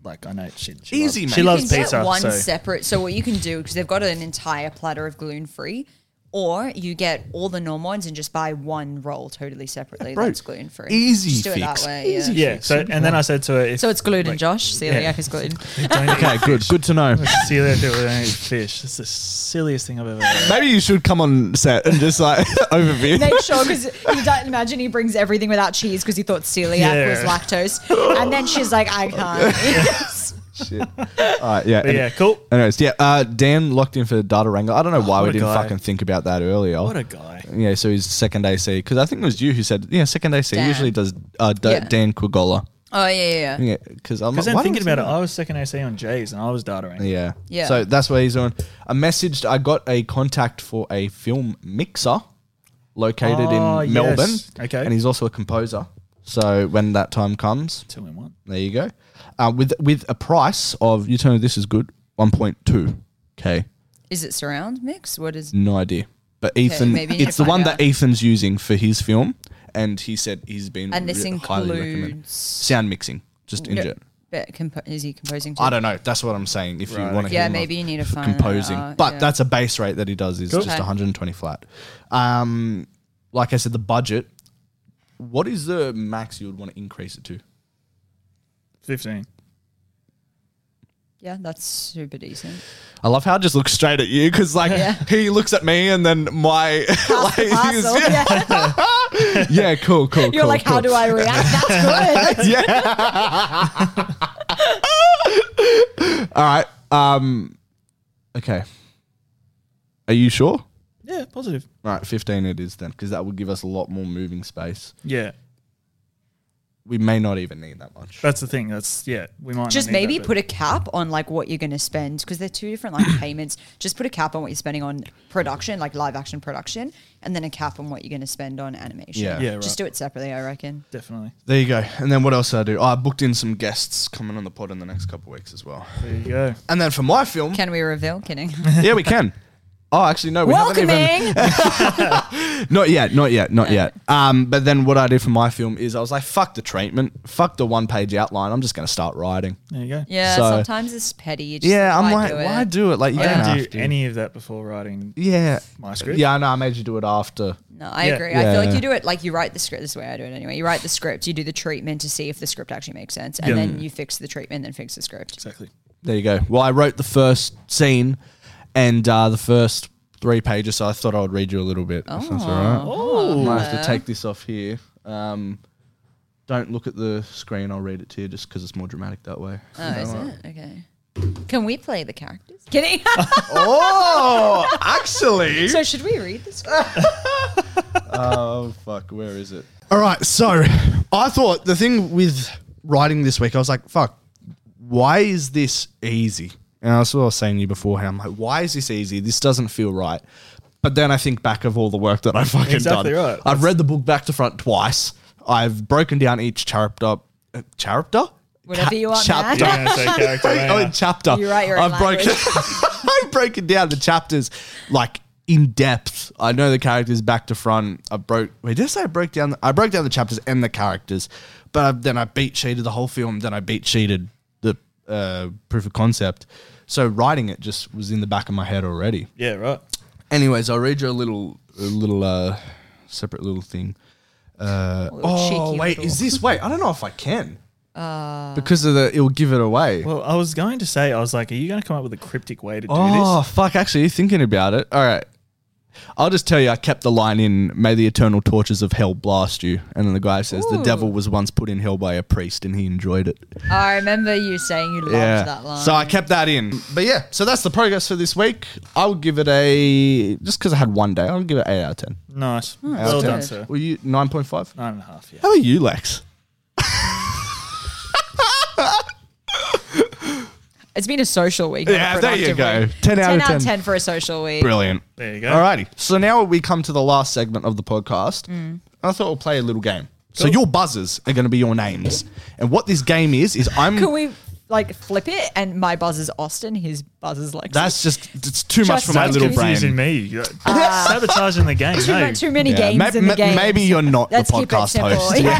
Like I know she, she
Easy,
loves,
mate.
She
You
loves
you can
pizza.
get one
so
separate. So what you can do because they've got an entire platter of gluten free, or you get all the normal ones and just buy one roll totally separately
bro,
that's gluten free.
easy
just do it
fix.
that way. Yeah.
yeah. So and then I said to her, if
So it's gluten,
like,
Josh. Celiac
yeah.
is gluten.
don't
Okay, good. Good to know.
Celia don't eat fish. It's the silliest thing I've ever. Heard.
Maybe you should come on set and just like overview.
Make sure because you don't imagine he brings everything without cheese because he thought celiac
Yeah.
was lactose, and then she's like, I can't.
Shit.
All right, yeah.
But yeah, cool. Oh,
Anyways, yeah. Uh, Dan locked in for data wrangle. I don't know why
what
we
a
didn't
guy.
fucking think about that earlier.
What a guy.
yeah, so he's second AC because I think it was you who said yeah second AC
Dan.
usually does uh, D-
Yeah.
Dan Quigola.
oh yeah, yeah, yeah.
Yeah, because I'm
Because
like,
then
why
thinking
didn't
about it, I was second AC on J's and I was dartering.
Yeah.
Yeah.
So that's what he's on. I messaged, I got a contact for a film mixer located
Ah,
in
yes.
Melbourne.
Okay.
And he's also a composer. So when that time comes,
Two in one.
there you go. Uh, with with a price of, you tell me this is good, 1.2K.
Is it surround mix? What is?
No idea. But Ethan,
maybe you need
it's
to
the one
find
that
out.
Ethan's using for his film. And he said he's been
And this
re- highly recommended.
includes.
Sound mixing, just in
No,
general.
but compo- is he composing? Too?
I don't know. That's what I'm saying. If
Right,
you want to
Yeah,
hear more
maybe you need to
for
find that
composing,
out,
but
yeah.
that's a base rate that he does is
Cool.
just
Okay.
120 flat. Um, like I said, the budget. What is the max you would want to increase it to?
Fifteen.
Yeah, that's super decent.
I love how I just looks straight at you because like
Yeah.
he looks at me and then my like, he's-
Parcel,
yeah.
yeah.
cool, cool.
You're
cool,
like,
cool.
how do I react? That's good.
yeah. All right. Um, okay. Are you sure?
Yeah, positive.
Right, 15 it is then, because that would give us a lot more moving space.
Yeah,
We may not even need that much.
that's the thing. That's yeah. We might not
Just
need that,
maybe
but-
put a cap on like what you're going to spend because they're two different like payments. Just put a cap on what you're spending on production, like live action production, and then a cap on what you're going to spend on animation.
Yeah.
Yeah, right.
Just do it separately, I reckon.
definitely.
There you go. And then what else did I do? Oh, I booked in some guests coming on the pod in the next couple of weeks as well.
There you go.
And then for my film,
Can we reveal? Kidding.
yeah, we can. Oh, actually, no, we haven't even.
Welcoming.
Not yet, not yet, not yet. Um, but then what I did for my film is I was like, fuck the treatment, fuck the one page outline. I'm just going to start writing.
There you go.
yeah,
So-
sometimes it's petty. You just
yeah, I'm
why
like,
do
why
it?
do it? Like, you
I
don't
didn't
have to.
do any of that before writing
Yeah.
my script.
Yeah, I know. I made you do it after.
No, I
Yeah.
agree. I feel like
Yeah.
you do it like you write the script. This is the way I do it anyway. You write the script, you do the treatment to see if the script actually makes sense, and
Yeah.
then you fix the treatment, then fix the script.
exactly.
There you go. Well, I wrote the first scene and uh, the first three pages, so I thought I would read you a little bit. If that's all right.
Oh,
I have to take this off here. Um, don't look at the screen. I'll read it to you just because it's more dramatic that way.
Oh, is it? Okay. Can we play the characters? Kidding.
oh, actually.
so should we read the script?
Oh, fuck. Where is it? All right. So I thought the thing with writing this week, I was like, fuck, why is this easy? And that's what I was saying to you beforehand. I'm like, why is this easy? This doesn't feel right. But then I think back of all the work that I've fucking
Exactly
done.
right.
I've read the book back to front twice. I've broken down each chapter. Uh, chapter?
Whatever you want, Matt.
Chapter.
You're gonna say character.
Oh, in chapter.
You write your own
I've broken. I've broken down the chapters like in depth. I know the characters back to front. I broke. Wait, did I say I broke down? The, I broke down the chapters and the characters, but I, then I beat cheated the whole film. Then I beat cheated the uh, proof of concept. So writing it just was in the back of my head already.
yeah, right.
Anyways, I'll read you a little, a little uh, separate little thing. Uh,
Little
oh
cheeky
wait,
little- Uh,
is this? Wait, I don't know if I can. because of the, it'll give it away.
Well, I was going to say, I was like, are you going to come up with a cryptic way to do
Oh fuck! Actually, thinking about it, all right. I'll just tell you, I kept the line in "May the eternal torches of hell blast you," and then the guy says, "The
Ooh.
devil was once put in hell by a priest, and he enjoyed it."
I remember you saying you loved that line.
So I kept that in, but yeah. So that's the progress for this week. I would give it a just because I had one day. I'll give it eight out of ten.
this? Nice.
Hmm.
Out
well
of 10.
done, sir.
Were you nine point five?
Nine and a half, yeah.
How are you, Lex?
It's been a social week. not a
Yeah, there you
productive
go.
week.
10 out of 10.
10 for a social week.
Brilliant.
There you go.
Alrighty.
So now we come to the last segment of the podcast. I thought we'll play a little game.
So your buzzers are going to be your names, and what this game is is I'm.
Can we like flip it and my buzz is Austin, his buzz is Lexi?
that's just it's too much
Just
for my
sounds
little
confusing
brain.
me. You're sabotaging the game.
Ah. too,
no.
much, too many
Yeah.
games
Ma-
in
ma-
the game.
Maybe you're not
Let's
the
keep it
podcast
simple.
host.
Yeah.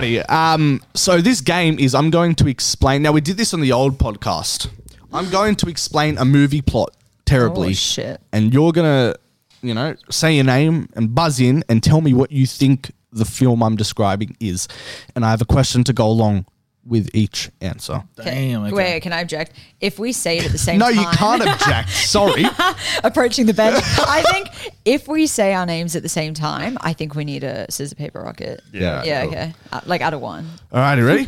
Alrighty. Um, so this game is I'm going to explain. Now we did this on the old podcast. I'm going to explain a movie plot terribly.
Oh, shit.
And you're gonna, you know, say your name and buzz in and tell me what you think the film I'm describing is. And I have a question to go along with each answer.
Okay.
Damn, okay.
Wait, can I object? If we say it at the same
No,
time,
you can't object. Sorry.
approaching the bench. I think if we say our names at the same time, I think we need a scissor paper rocket.
Yeah,
Yeah.
cool.
Okay. Uh, like out of one.
Alrighty, ready?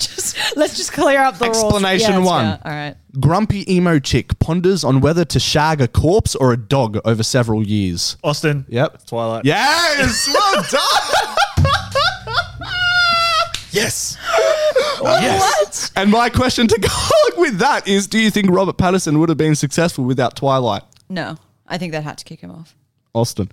Just let's just clear up the rules.
Explanation
that's
one.
fair. All right.
Grumpy emo chick ponders on whether to shag a corpse or a dog over several years.
Austin.
Yep.
Twilight.
Yes! Well done! yes!
Oh,
What?
And my question to go along with that is do you think Robert Patterson would have been successful without Twilight?
No, I think that had to kick him off.
Austin.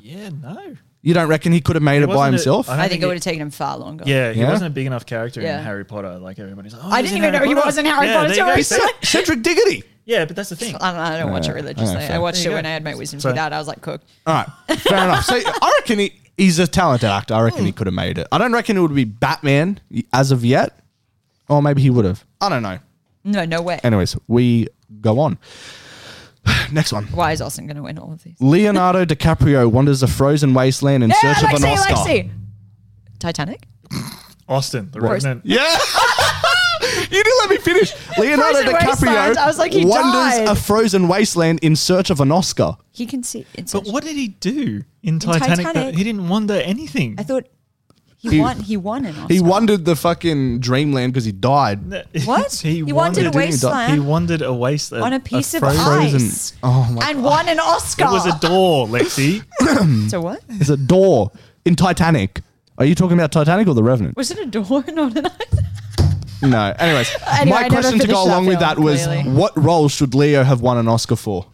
Yeah, no.
You don't reckon he could have made it, by
wasn't a-
himself?
I
I,
don't
think
think
it
it-
would have taken him far longer.
Yeah, he
Yeah?
wasn't a big enough character
Yeah.
in Harry Potter. Like everybody's like, oh,
I
he's
didn't
in
even know
Harry
he
Potter.
was in Harry
Yeah,
Potter
there you
till I
go.
saw it.
Cedric Diggity.
Yeah, but that's the thing.
I don't, I don't watch it religiously.
Alright,
I
fair.
watched
There
it
you
when
go.
I had my wisdom
So-
teeth out. I was like, cooked.
All right, fair enough. So I reckon he, he's a talented actor. I reckon he could have made it. I don't reckon it would be Batman as of yet, or maybe he would have. I don't know.
No, no way.
Anyways, we go on. Next one.
Why is Austin going to win all of these?
Leonardo DiCaprio wanders a frozen wasteland in
Yeah,
search of an
Lexi,
Oscar.
Lexi. Titanic.
Austin, the resident.
Yeah. you didn't let me finish. Leonardo
Frozen
DiCaprio
wasteland. I was like, he
wanders
died.
a frozen wasteland in search of an Oscar.
He can see. It's
But what did he do in Titanic? that-
Titanic.
he didn't wonder anything.
I thought he,
He-
won. He won an Oscar.
He wandered the fucking dreamland because he died.
What? He wanted a
wandered-
wasteland.
He wandered a wasteland
on a piece of
frozen-
ice.
Oh my
and won an Oscar.
It was a door, Lexi.
so what?
It's a door in Titanic. Are you talking about Titanic or The Revenant?
Was it a door, not an ice?
No. Anyways,
Anyway,
my
I never
question to
finished
go
that
along with
film,
that was
clearly.
what role should Leo have won an Oscar for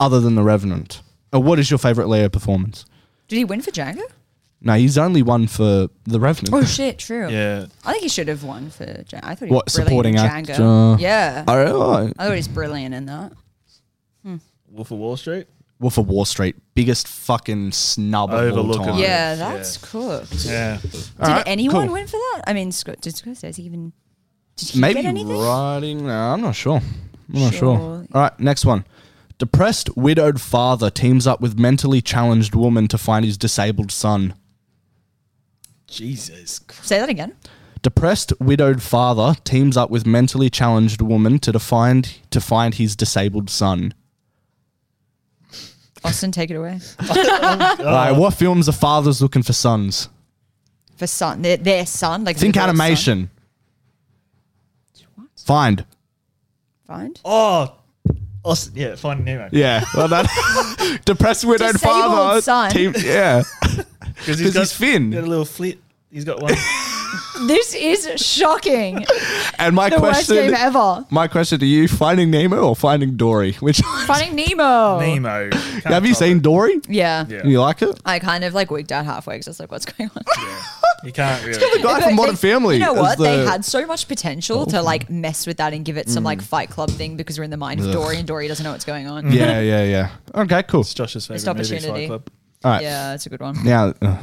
other than The Revenant? Or what is your favorite Leo performance?
Did he win for Django?
No, he's only won for The Revenant.
Oh shit, true.
yeah.
I think he should have won for Django. I thought he
What,
was brilliant
supporting
in
actor?
Django. Yeah.
All right, all right.
I thought he's brilliant in that.
Wolf of Wall Street.
Wolf of Wall Street, biggest fucking snub of all
Overlook of
time.
it.
Yeah,
Yeah.
that's cooked.
Yeah.
All
Did
right,
anyone
cool.
win for that? I mean, Scott, did Scorsese even? Did he
Maybe
get anything?
writing. No, I'm not sure. I'm not sure.
Sure.
All right, next one. Depressed, widowed father teams up with mentally challenged woman to find his disabled son.
Jesus Christ.
Say that again.
Depressed, widowed father teams up with mentally challenged woman to defind to find his disabled son.
Austin, take it away.
All right, what films are fathers looking for sons?
For son, their, their son, like
Think
their son.
animation.
What?
Find.
Find
Oh, Austin. Yeah, Finding Nemo.
Yeah. Well, that depressed widowed
Disabled
father.
son.
Team, yeah.
Because
'Cause he's Finn.
Got a little flit. He's got one.
this is shocking.
And my
the worst
question.
game ever.
My question to you: Finding Nemo or Finding Dory? Which
Finding Nemo.
Nemo. Can't
have you
top
seen
it.
Dory?
Yeah.
Yeah.
You like it?
I kind of like wigged out halfway because I was like, what's going on?
You can't
Guy
really.
But
from Modern
they-
Family.
You know
as
what? they
the-
had so much potential to like mess with that and give it some like Fight Club thing because we're in the mind of Dory and Dory doesn't know what's going on.
Mm. Yeah, yeah, yeah. Okay, cool.
It's Josh's
Missed
favorite movie.
opportunity.
Fight Club.
All right.
Yeah, that's a good one.
Now, uh,
You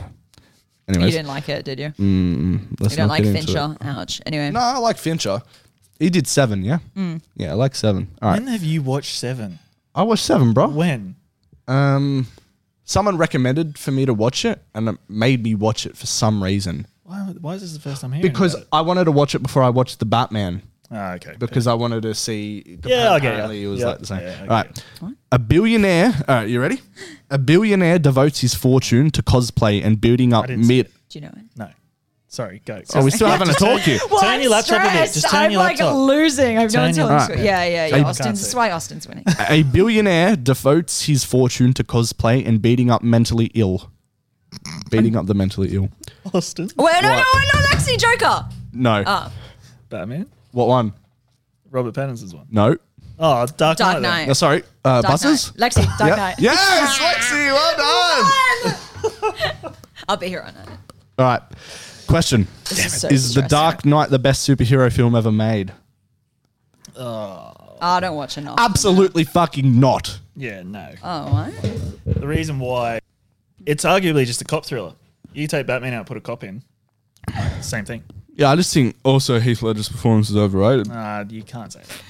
anyways,
didn't like it, did you?
let's
you don't
not
like
get into Mm, it.
Fincher. Ouch. Anyway,
No, I like Fincher. He did seven, yeah. Yeah, I like seven. All right,
When have you watched Seven?
I watched seven, bro.
When?
Um, someone recommended for me to watch it, and it made me watch it for some reason
Why, why is this the first time hearing
because
about it?
I wanted to watch it before I watched the Batman.
Ah, okay.
because I wanted to see.
Yeah, I get ya.
apparently It was
Yeah.
like the same.
Yeah, I
All
get
right, a billionaire. All right, you ready? A billionaire devotes his fortune to cosplay and building up
didn't see
mid.
do you know it?
No. Sorry, go.
Oh, we're still having a talk here.
Turn your laptop a bit. Just turn
I'm
your
like
laptop.
losing. I've
Turn
not
your
told
laptop.
you. Yeah, yeah, yeah.
Can't
Austin's, this
see.
is why Austin's winning. Oh,
A billionaire devotes his fortune to cosplay and beating up mentally ill. Beating up the mentally ill.
Oh.
Austin.
Wait, no, no, no, no, Lexi, Joker.
No.
Oh,
Batman.
What one?
Robert Pattinson's one.
No.
Oh, Dark, Knight.
Dark
No,
Knight.
sorry. Uh,
Dark
buses?
Knight. Lexi, Dark
Yep.
Knight.
Yes, Lexi, well done.
I'll be here on it.
All right. Question.
This is so
Is The
stressful.
Dark Knight the best superhero film ever made?
I Oh, don't watch enough.
Ah, Absolutely fucking not.
Yeah, no.
oh, what?
Uh, The reason why it's arguably just a cop thriller. You take Batman out, put a cop in. Same thing.
Yeah, I just think also Heath Ledger's performance is overrated.
Uh, you can't say that.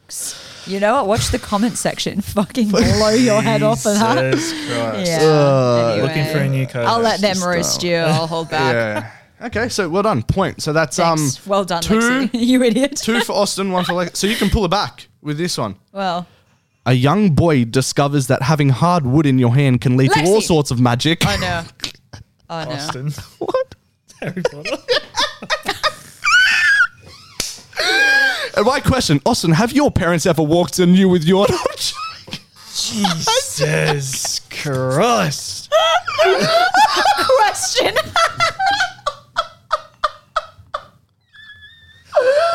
Yikes. You know what? Watch the comment section. Fucking blow your head off for that.
Jesus Christ.
Yeah. Anyway.
Looking for a new co
I'll let them roast you. I'll hold back.
Yeah. okay, so well done. Point. So that's
Thanks.
um
well done,
two-
Lexi. you idiot.
two for Austin, one for Lex. So you can pull it back with this one.
Well,
A young boy discovers that having hard wood in your hand can lead to all
Lexi!
sorts of magic.
I know. I know.
Austin.
what?
Harry Potter.
And my question, Austin, have your parents ever walked in you with your
Jesus Christ.
Question.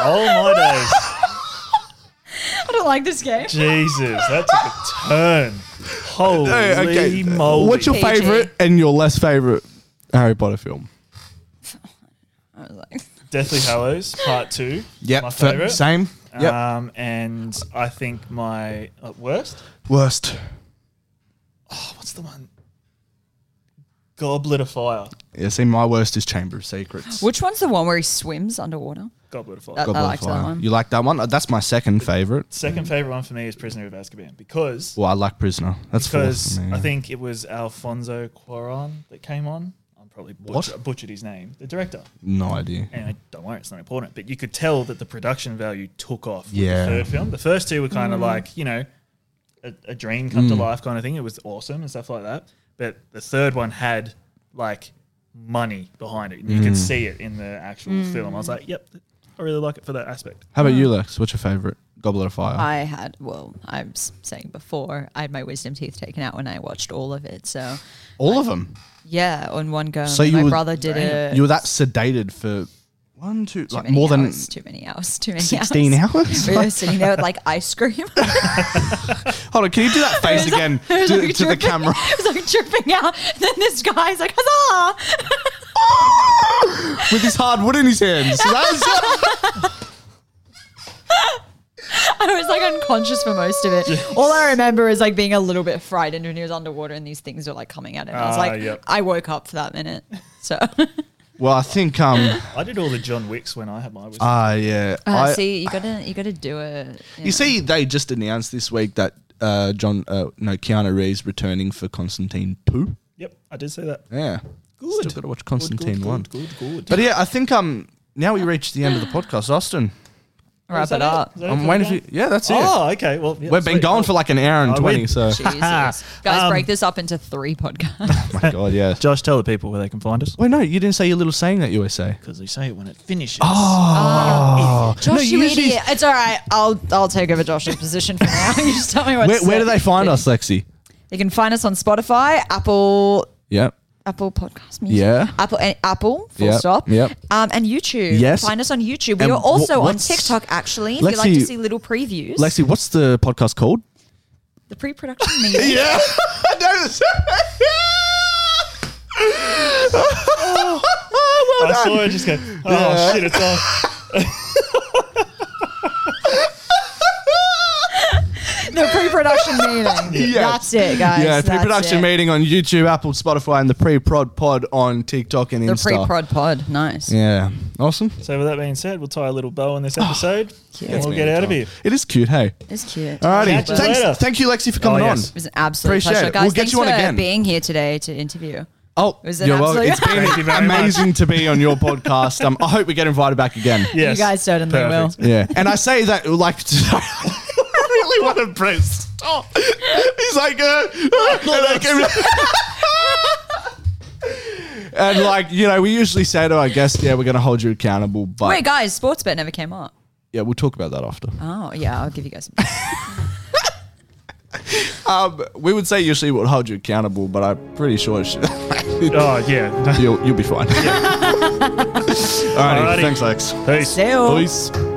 Oh my days.
I don't like this game.
Jesus, that took a turn. Holy
okay.
moly.
What's your
PG.
favorite and your less favorite Harry Potter film?
I was like,
Deathly Hallows Part Two? my
fa-
favorite.
Same. Yep.
Um, and I think my uh, worst.
Worst.
Oh, what's the one? Goblet of Fire.
Yeah, see, my worst is Chamber of Secrets.
Which one's the one where he swims underwater?
Goblet of Fire.
That-
Goblet
I
of
liked that
Fire.
one.
You like that one? Uh, That's my second favorite.
Second favorite one for me is Prisoner of Azkaban because
Well, I like Prisoner. That's
because
fourth for me.
I think it was Alfonso Cuaron that came on. I'm probably butcher, butchered his name. The director.
no idea.
and I don't worry, it's not important. But you could tell that the production value took off. with
Yeah.
the third film. The first two were kind
Mm.
of like you know, a, a dream come to
Mm.
life kind of thing. It was awesome and stuff like that. But the third one had like money behind it.
Mm.
You could see it in the actual
Mm.
film. I was like, yep, I really like it for that aspect.
How about you, Lex? What's your favorite? Goblet of Fire.
I had, well, I was saying before, I had my wisdom teeth taken out when I watched all of it. So,
All of them.
yeah, on one go.
So
Um, my
you were-
brother did it.
You were that sedated for one, two,
too
like
many
more than
hours, too many hours, too many
sixteen
hours.
hours.
We were sitting there with like ice cream.
Hold on, can you do that face
It was
again
like- it
to,
was like
to the
dripping-
camera?
It was like dripping out. Then this guy's like, huzzah!
With his hard wood in his hands. That's-
I was like unconscious for most of it. All I remember is like being a little bit frightened when he was underwater and these things were like coming at him. I was
Ah,
like,
yep.
I woke up for that minute. So,
well, I think um
I did all the John Wicks when I had my. Uh,
ah yeah. I,
see, you gotta you gotta do it.
You see, they just announced this week that uh, John, uh, no, Keanu Reeves returning for Constantine two.
yep, I did say that.
Yeah,
Good.
Still got to watch Constantine
good,
one.
Good, good.
But yeah, I think um now we reach the end of the podcast, Austin.
wrap it up.
I'm waiting for Um, you. Yeah, that's it.
Oh, okay. Well, yeah,
We've been
sweet.
going for like an hour
Uh,
and
I
twenty.
win.
So,
Jesus. Guys,
Um,
break this up into three podcasts.
my God, yeah.
Josh, tell the people where they can find us.
Wait, no, you didn't say your little saying that you always say.
Because they say it when it finishes.
Oh,
Oh. Josh,
No,
you
you just-
idiot. It's all right. I'll I'll take over Josh's position for now. you just tell me what.
Where,
to
where
say.
do they find us, Lexi?
They can find us on Spotify, Apple,
Yeah.
Apple Podcast Music.
Yeah.
Apple eh, Apple full
Yep,
stop.
yep.
Um, and YouTube.
Yes.
Find us on YouTube. We
And
are
wh-
also on
what's-
TikTok actually. If you like to
Lexi-
see little previews.
Lexi, what's the podcast called?
The pre-production meeting.
Yeah.
Oh,
I saw it just go, oh shit, it's off.
the pre-production meeting.
Yeah.
That's it, guys.
Yeah,
That's it.
pre-production meeting on YouTube, Apple, Spotify, and the pre-prod pod on TikTok and
The
Insta.
pre-prod pod. Nice.
Yeah, awesome.
So, with that being said, we'll tie a little bow on this episode and we'll get out of here.
It is cute, hey.
It's cute.
Alrighty,
Catch you
thanks,
later.
thank you, Lexi, for coming
Oh, yes.
on.
It was an absolute
Appreciate
pleasure,
it.
guys.
We'll get
Thanks
you on
for
again.
being here today to interview.
Oh,
It was an
you're welcome.
absolute-
It's been
Thank you very much.
amazing to be on your podcast. Um, I hope we get invited back again.
Yes.
You guys certainly
Perfect.
will.
Yeah, and I say that like I really want to press stop. He's like, uh, and, like- and like you know, we usually say to our guests, yeah, we're going to hold you accountable, but
Wait, guys, sports bet never came up.
yeah, we'll talk about that after.
Oh yeah, I'll give you guys. Some
Um, we would say usually we'll hold you accountable, but I'm pretty sure she-
Oh, yeah.
you'll, you'll be fine. Alrighty,
Alrighty.
thanks, Lex.
Peace.
Still.
Peace.